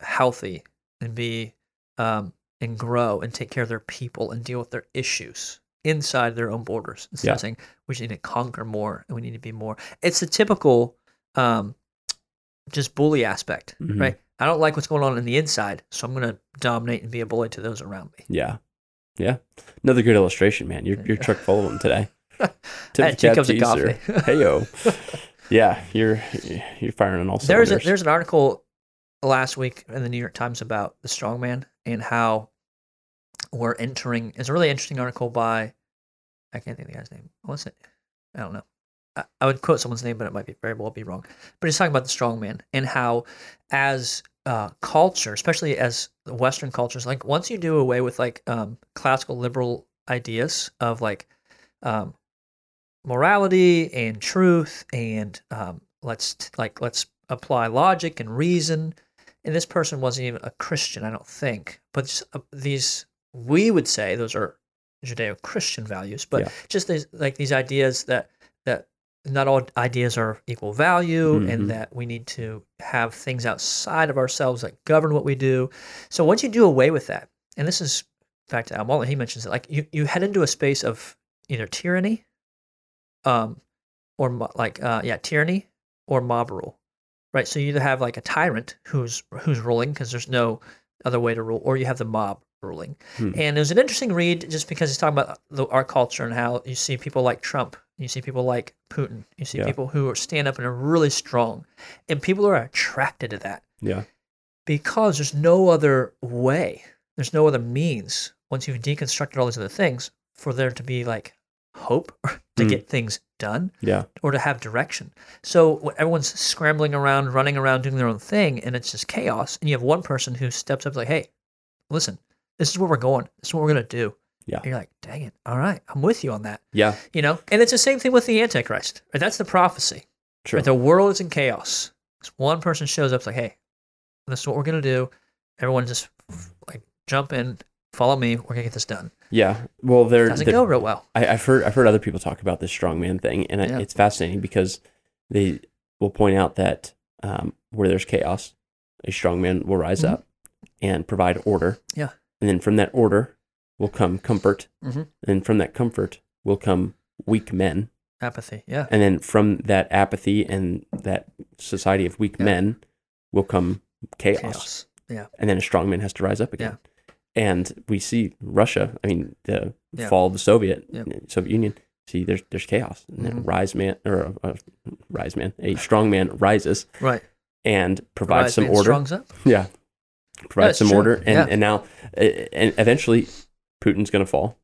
Speaker 2: healthy and be um, and grow and take care of their people and deal with their issues inside their own borders instead
Speaker 1: Yeah.
Speaker 2: of saying we just need to conquer more and we need to be more it's the typical um, just bully aspect
Speaker 1: Mhm.
Speaker 2: right I don't like what's going on in the inside so I'm gonna dominate and be a bully to those around me
Speaker 1: Yeah. Yeah. Another good illustration, man. You're, you're truck full of them today. Tip
Speaker 2: Hey,
Speaker 1: the
Speaker 2: here
Speaker 1: cap
Speaker 2: comes the
Speaker 1: teaser.
Speaker 2: coffee.
Speaker 1: Heyo. Yeah, you're you're firing on all
Speaker 2: there's
Speaker 1: cylinders.
Speaker 2: a, there's an article last week in the New York Times about the strongman and how we're entering. It's a really interesting article by I can't think of the guy's name. What's it? I don't know. I, I would quote someone's name, but it might be very well be wrong. But he's talking about the strongman and how, as uh, culture, especially as the Western cultures, like once you do away with like um, classical liberal ideas of like um, morality and truth and um, let's t- like let's apply logic and reason and this person wasn't even a christian i don't think but s- uh, these we would say those are judeo-christian values but
Speaker 1: Yeah.
Speaker 2: just these like these ideas that that not all ideas are equal value
Speaker 1: Mhm.
Speaker 2: and that we need to have things outside of ourselves that govern what we do so once you do away with that and this is back to al Mohler, he mentions it like you, you head into a space of either tyranny um, or mo- like uh, yeah, tyranny or mob rule, right? So you either have like a tyrant who's who's ruling because there's no other way to rule, or you have the mob ruling.
Speaker 1: Hmm.
Speaker 2: And it was an interesting read just because he's talking about the, our culture and how you see people like Trump, you see people like Putin, you see
Speaker 1: Yeah.
Speaker 2: people who are stand up and are really strong. And people are attracted to that
Speaker 1: Yeah.
Speaker 2: because there's no other way, there's no other means once you've deconstructed all these other things for there to be like hope to
Speaker 1: Mm.
Speaker 2: get things done
Speaker 1: Yeah.
Speaker 2: or to have direction. So when everyone's scrambling around, running around, doing their own thing, and it's just chaos. And you have one person who steps up, like, "Hey, listen, this is where we're going. This is what we're gonna do."
Speaker 1: Yeah.
Speaker 2: And you're like, "Dang it! All right, I'm with you on that."
Speaker 1: Yeah.
Speaker 2: You know, and it's the same thing with the Antichrist. Right? That's the prophecy.
Speaker 1: True.
Speaker 2: Right? The world is in chaos. This one person shows up, like, "Hey, this is what we're gonna do." Everyone just like jump in, follow me. We're gonna get this done.
Speaker 1: Yeah. Well, there.
Speaker 2: Doesn't
Speaker 1: there-
Speaker 2: go real well.
Speaker 1: I, I've heard I've heard other people talk about this strongman thing, and
Speaker 2: Yeah.
Speaker 1: I, it's fascinating because they will point out that um, where there's chaos, a strongman will rise
Speaker 2: Mhm.
Speaker 1: up and provide order.
Speaker 2: Yeah.
Speaker 1: and then from that order will come comfort,
Speaker 2: Mhm.
Speaker 1: and from that comfort will come weak men,
Speaker 2: Apathy. Yeah.
Speaker 1: and then from that apathy and that society of weak
Speaker 2: Yeah.
Speaker 1: men will come chaos. and then a strongman has to rise up again. And we see Russia. I mean, the
Speaker 2: Yeah.
Speaker 1: fall of the Soviet
Speaker 2: Yeah.
Speaker 1: Soviet Union. See, there's there's chaos, and then
Speaker 2: Mhm.
Speaker 1: rise man or a, a rise man, a strong man rises
Speaker 2: Right.
Speaker 1: and provides
Speaker 2: Rise
Speaker 1: some
Speaker 2: being
Speaker 1: order.
Speaker 2: Strongs up.
Speaker 1: Yeah, provides
Speaker 2: it's
Speaker 1: some
Speaker 2: true.
Speaker 1: order, and
Speaker 2: Yeah.
Speaker 1: and now uh, and eventually Putin's going to fall,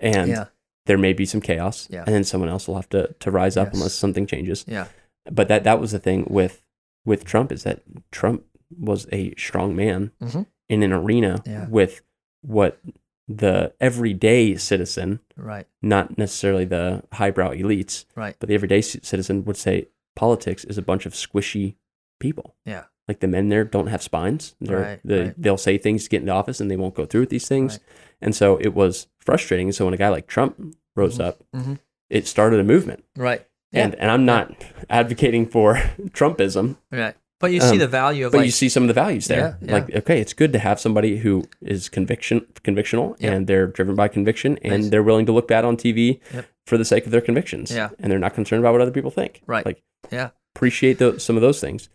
Speaker 1: and
Speaker 2: yeah.
Speaker 1: there may be some chaos,
Speaker 2: Yeah.
Speaker 1: and then someone else will have to to rise up
Speaker 2: Yes.
Speaker 1: unless something changes.
Speaker 2: Yeah.
Speaker 1: But that that was the thing with with Trump is that Trump was a strong man
Speaker 2: Mhm.
Speaker 1: in an arena
Speaker 2: Yeah.
Speaker 1: with what the everyday citizen,
Speaker 2: Right.
Speaker 1: not necessarily the highbrow elites,
Speaker 2: Right.
Speaker 1: but the everyday c- citizen would say politics is a bunch of squishy people.
Speaker 2: Yeah.
Speaker 1: Like the men there don't have spines. They're,
Speaker 2: Right,
Speaker 1: they,
Speaker 2: right.
Speaker 1: They'll say things to get into office and they won't go through with these things.
Speaker 2: Right.
Speaker 1: And so it was frustrating. So when a guy like Trump rose
Speaker 2: Mhm.
Speaker 1: up,
Speaker 2: Mhm.
Speaker 1: it started a movement.
Speaker 2: Right. Yeah.
Speaker 1: And, and I'm not advocating for Trumpism,
Speaker 2: Right. But you see
Speaker 1: Um,
Speaker 2: the value of
Speaker 1: but
Speaker 2: like
Speaker 1: you see some of the values there.
Speaker 2: Yeah, yeah.
Speaker 1: Like, okay, it's good to have somebody who is conviction convictional
Speaker 2: Yep.
Speaker 1: and they're driven by conviction and
Speaker 2: Nice.
Speaker 1: they're willing to look bad on TV
Speaker 2: Yep.
Speaker 1: for the sake of their convictions.
Speaker 2: Yeah.
Speaker 1: And they're not concerned about what other people think.
Speaker 2: Right.
Speaker 1: Like
Speaker 2: Yeah.
Speaker 1: appreciate those, some of those things.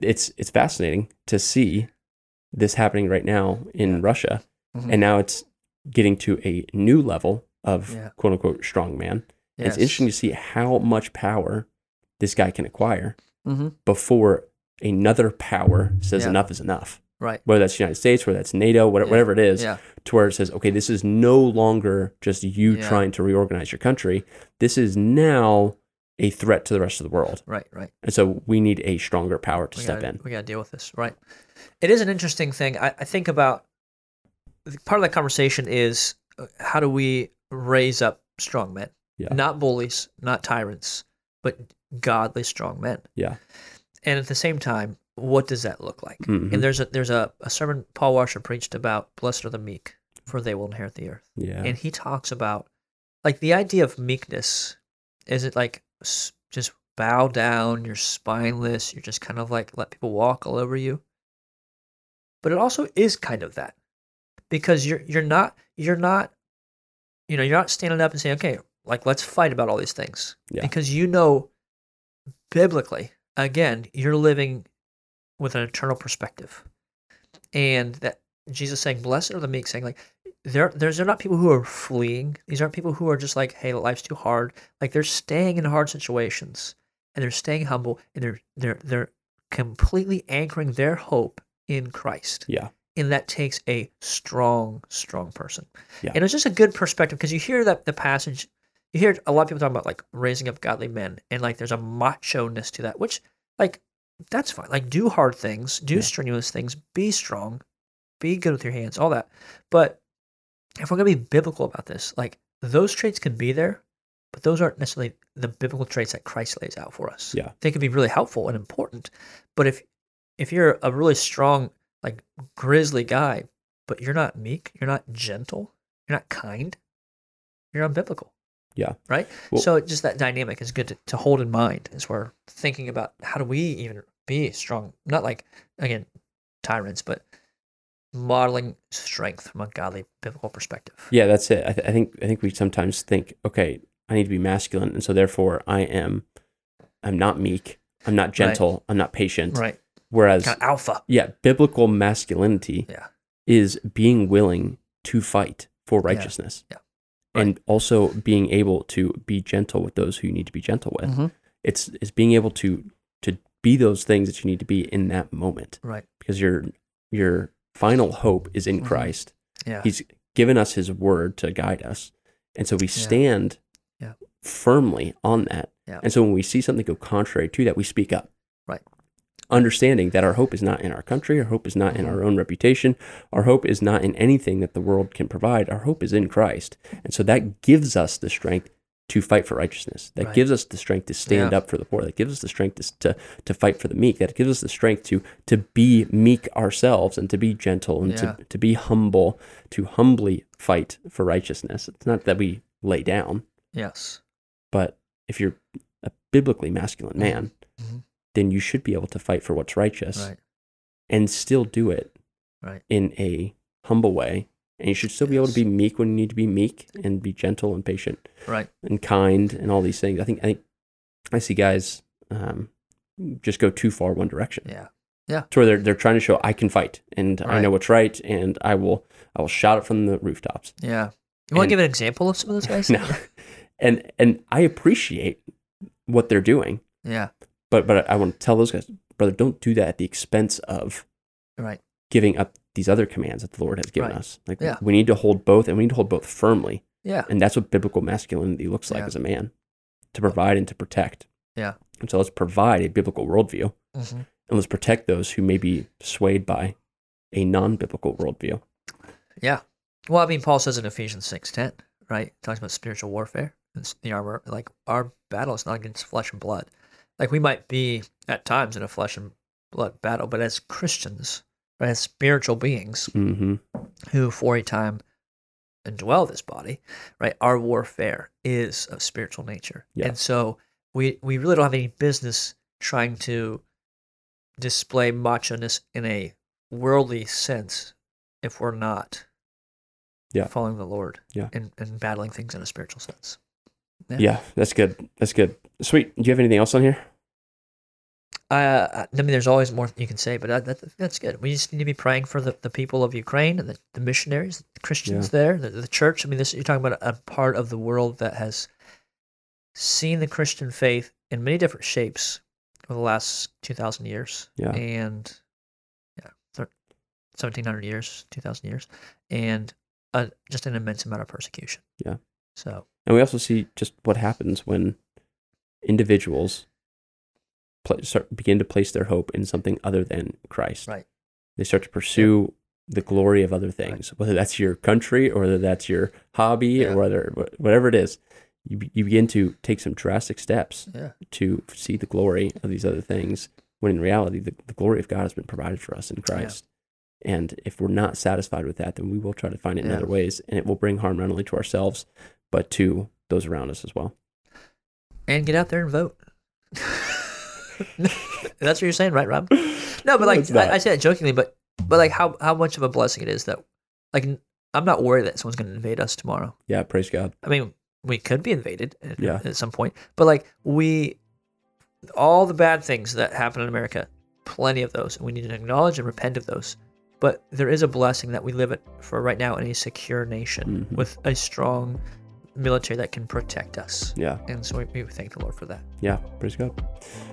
Speaker 1: It's it's fascinating to see this happening right now in Russia.
Speaker 2: Mhm.
Speaker 1: And now it's getting to a new level of
Speaker 2: Yeah.
Speaker 1: quote unquote strong man. And
Speaker 2: yes.
Speaker 1: It's interesting to see how much power this guy can acquire
Speaker 2: Mhm.
Speaker 1: before another power says
Speaker 2: Yeah.
Speaker 1: enough is enough.
Speaker 2: Right.
Speaker 1: Whether that's the United States, whether that's NATO, whatever,
Speaker 2: Yeah.
Speaker 1: whatever it is,
Speaker 2: Yeah.
Speaker 1: to where it says, okay, this is no longer just you
Speaker 2: Yeah.
Speaker 1: trying to reorganize your country. This is now a threat to the rest of the world.
Speaker 2: Right. Right.
Speaker 1: And so we need a stronger power to
Speaker 2: We
Speaker 1: step
Speaker 2: gotta,
Speaker 1: in.
Speaker 2: We got to deal with this. Right. It is an interesting thing. I, I think about part of that conversation is uh, how do we raise up strong men,
Speaker 1: Yeah.
Speaker 2: not bullies, not tyrants, but godly strong men.
Speaker 1: Yeah.
Speaker 2: And at the same time, what does that look like?
Speaker 1: Mhm.
Speaker 2: And there's a there's a, a sermon Paul Washer preached about blessed are the meek, for they will inherit the earth.
Speaker 1: Yeah.
Speaker 2: and he talks about like the idea of meekness is it like s- just bow down you're spineless you're just kind of like let people walk all over you but it also is kind of that because you're you're not you're not you know you're not standing up and saying okay like let's fight about all these things
Speaker 1: Yeah.
Speaker 2: because you know biblically again you're living with an eternal perspective and that jesus saying blessed are the meek saying like there there's they're not people who are fleeing these aren't people who are just like hey life's too hard like they're staying in hard situations and they're staying humble and they're they're they're completely anchoring their hope in christ
Speaker 1: Yeah.
Speaker 2: and that takes a strong, strong person.
Speaker 1: Yeah.
Speaker 2: And it's just a good perspective because you hear that the passage, you hear a lot of people talking about like raising up godly men, and like there's a macho ness to that, which like that's fine. Like do hard things, do
Speaker 1: Yeah.
Speaker 2: strenuous things, be strong, be good with your hands, all that. But if we're gonna be biblical about this, like those traits can be there, but those aren't necessarily the biblical traits that Christ lays out for us.
Speaker 1: Yeah.
Speaker 2: They can be really helpful and important. But if if you're a really strong, like grizzly guy, but you're not meek, you're not gentle, you're not kind, you're unbiblical.
Speaker 1: Yeah.
Speaker 2: Right?
Speaker 1: Well-
Speaker 2: so just that dynamic is good to, to hold in mind as we're thinking about how do we even be strong, not like again, tyrants, but modeling strength from a godly biblical perspective.
Speaker 1: Yeah, that's it. I, th- I think I think we sometimes think, okay, I need to be masculine, and so therefore I am, I'm not meek, I'm not gentle, I'm not patient.
Speaker 2: Right.
Speaker 1: Whereas
Speaker 2: Kind of alpha.
Speaker 1: Yeah, biblical masculinity
Speaker 2: Yeah.
Speaker 1: is being willing to fight for righteousness.
Speaker 2: Yeah.
Speaker 1: And also being able to be gentle with those who you need to be gentle with.
Speaker 2: Mhm.
Speaker 1: It's it's being able to to be those things that you need to be in that moment
Speaker 2: Right.
Speaker 1: because your your final hope is in
Speaker 2: Mhm.
Speaker 1: Christ.
Speaker 2: Yeah.
Speaker 1: He's given us his word to guide us. And so we stand
Speaker 2: Yeah.
Speaker 1: firmly on that.
Speaker 2: Yeah.
Speaker 1: And so when we see something go contrary to that, we speak up.
Speaker 2: Right.
Speaker 1: Understanding that our hope is not in our country, our hope is not
Speaker 2: Mm-hmm.
Speaker 1: in our own reputation, our hope is not in anything that the world can provide. Our hope is in Christ. And so that gives us the strength to fight for righteousness. That
Speaker 2: Right.
Speaker 1: gives us the strength to stand
Speaker 2: Yeah.
Speaker 1: up for the poor. That gives us the strength to, to to fight for the meek. That gives us the strength to to be meek ourselves and to be gentle and to, to be humble, to humbly fight for righteousness. It's not that we lay down,
Speaker 2: yes.
Speaker 1: but if you're a biblically masculine man,
Speaker 2: Mhm.
Speaker 1: then you should be able to fight for what's righteous
Speaker 2: Right.
Speaker 1: and still do it
Speaker 2: Right.
Speaker 1: in a humble way. And you should still be able to be
Speaker 2: Yes.
Speaker 1: meek when you need to be meek and be gentle and patient
Speaker 2: Right.
Speaker 1: and kind and all these things. I think I think I see guys um, just go too far one direction.
Speaker 2: Yeah.
Speaker 1: To where they're they're trying to show I can fight and I
Speaker 2: Right.
Speaker 1: know what's right and I will I will shout it from the rooftops.
Speaker 2: Yeah. You want
Speaker 1: And-
Speaker 2: to give an example of some of those guys?
Speaker 1: No. And and I appreciate what they're doing,
Speaker 2: Yeah.
Speaker 1: but but I want to tell those guys, brother, don't do that at the expense of
Speaker 2: Right.
Speaker 1: giving up these other commands that the Lord has given
Speaker 2: Right.
Speaker 1: us. Like
Speaker 2: Yeah.
Speaker 1: we need to hold both and we need to hold both firmly.
Speaker 2: Yeah.
Speaker 1: And that's what biblical masculinity looks like
Speaker 2: Yeah.
Speaker 1: as a man. To provide and to protect.
Speaker 2: Yeah.
Speaker 1: And so let's provide a biblical worldview.
Speaker 2: hmm
Speaker 1: and let's protect those who may be swayed by a non-biblical worldview.
Speaker 2: Yeah. Well, I mean, Paul says in Ephesians six ten, right? He talks about spiritual warfare. It's the armor. Like our battle is not against flesh and blood. Like we might be at times in a flesh and blood battle, but as Christians, right, as spiritual beings
Speaker 1: Mm-hmm.
Speaker 2: who for a time indwell this body, right, our warfare is of spiritual nature,
Speaker 1: Yeah.
Speaker 2: and so we we really don't have any business trying to display macho-ness in a worldly sense if we're not
Speaker 1: Yeah.
Speaker 2: following the Lord
Speaker 1: Yeah.
Speaker 2: and, and battling things in a spiritual sense.
Speaker 1: Yeah.
Speaker 2: Yeah.
Speaker 1: that's good. That's good. Sweet. Do you have anything else on here?
Speaker 2: Uh, I mean, there's always more you can say, but that, that, that's good. We just need to be praying for the, the people of Ukraine and the, the missionaries, the Christians there, the, the church. I mean, this you're talking about a part of the world that has seen the Christian faith in many different shapes over the last 2,000 years
Speaker 1: Yeah.
Speaker 2: and yeah, thir- 1,700 years, 2,000 years, and uh just an immense amount of persecution.
Speaker 1: Yeah.
Speaker 2: So,
Speaker 1: And we also see just what happens when individuals pla start, begin to place their hope in something other than Christ.
Speaker 2: Right.
Speaker 1: They start to pursue the glory of other things, whether that's your country or whether that's your hobby
Speaker 2: Yeah.
Speaker 1: or whether wh- whatever it is. You, be- you begin to take some drastic steps
Speaker 2: yeah.
Speaker 1: to see the glory of these other things when in reality the, the glory of god has been provided for us in christ and if we're not satisfied with that then we will try to find it in
Speaker 2: Yeah.
Speaker 1: other ways and it will bring harm not only to ourselves but to those around us as well
Speaker 2: and get out there and vote. That's what you're saying, right, Rob? No, but
Speaker 1: it's
Speaker 2: like
Speaker 1: not.
Speaker 2: I, I say that jokingly, but but like how how much of a blessing it is that like n- I'm not worried that someone's going to invade us tomorrow.
Speaker 1: yeah praise god
Speaker 2: I mean, we could be invaded at,
Speaker 1: Yeah.
Speaker 2: at some point, but like we all the bad things that happen in America, plenty of those, and we need to acknowledge and repent of those. But there is a blessing that we live it for right now in a secure nation
Speaker 1: Mhm.
Speaker 2: with a strong military that can protect us.
Speaker 1: yeah
Speaker 2: And so we, we thank the Lord for that.
Speaker 1: yeah praise god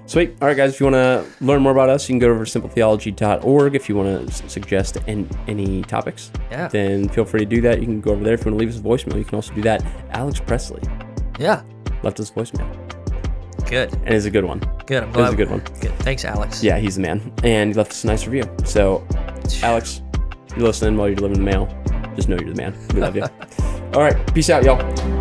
Speaker 1: sweet all right guys if you want to learn more about us you can go over to simpletheology.org if you want to suggest an, any topics
Speaker 2: Yeah.
Speaker 1: then feel free to do that you can go over there if you want to leave us a voicemail you can also do that alex presley
Speaker 2: Yeah.
Speaker 1: left us a voicemail
Speaker 2: Good.
Speaker 1: and it's a good one
Speaker 2: Good. I'm
Speaker 1: it
Speaker 2: glad.
Speaker 1: was a good one
Speaker 2: Good. Thanks, Alex.
Speaker 1: Yeah, he's the man. And he left us a nice review. So, Alex, you're listening while you're delivering the mail. Just know you're the man. We love you. All right. Peace out, y'all.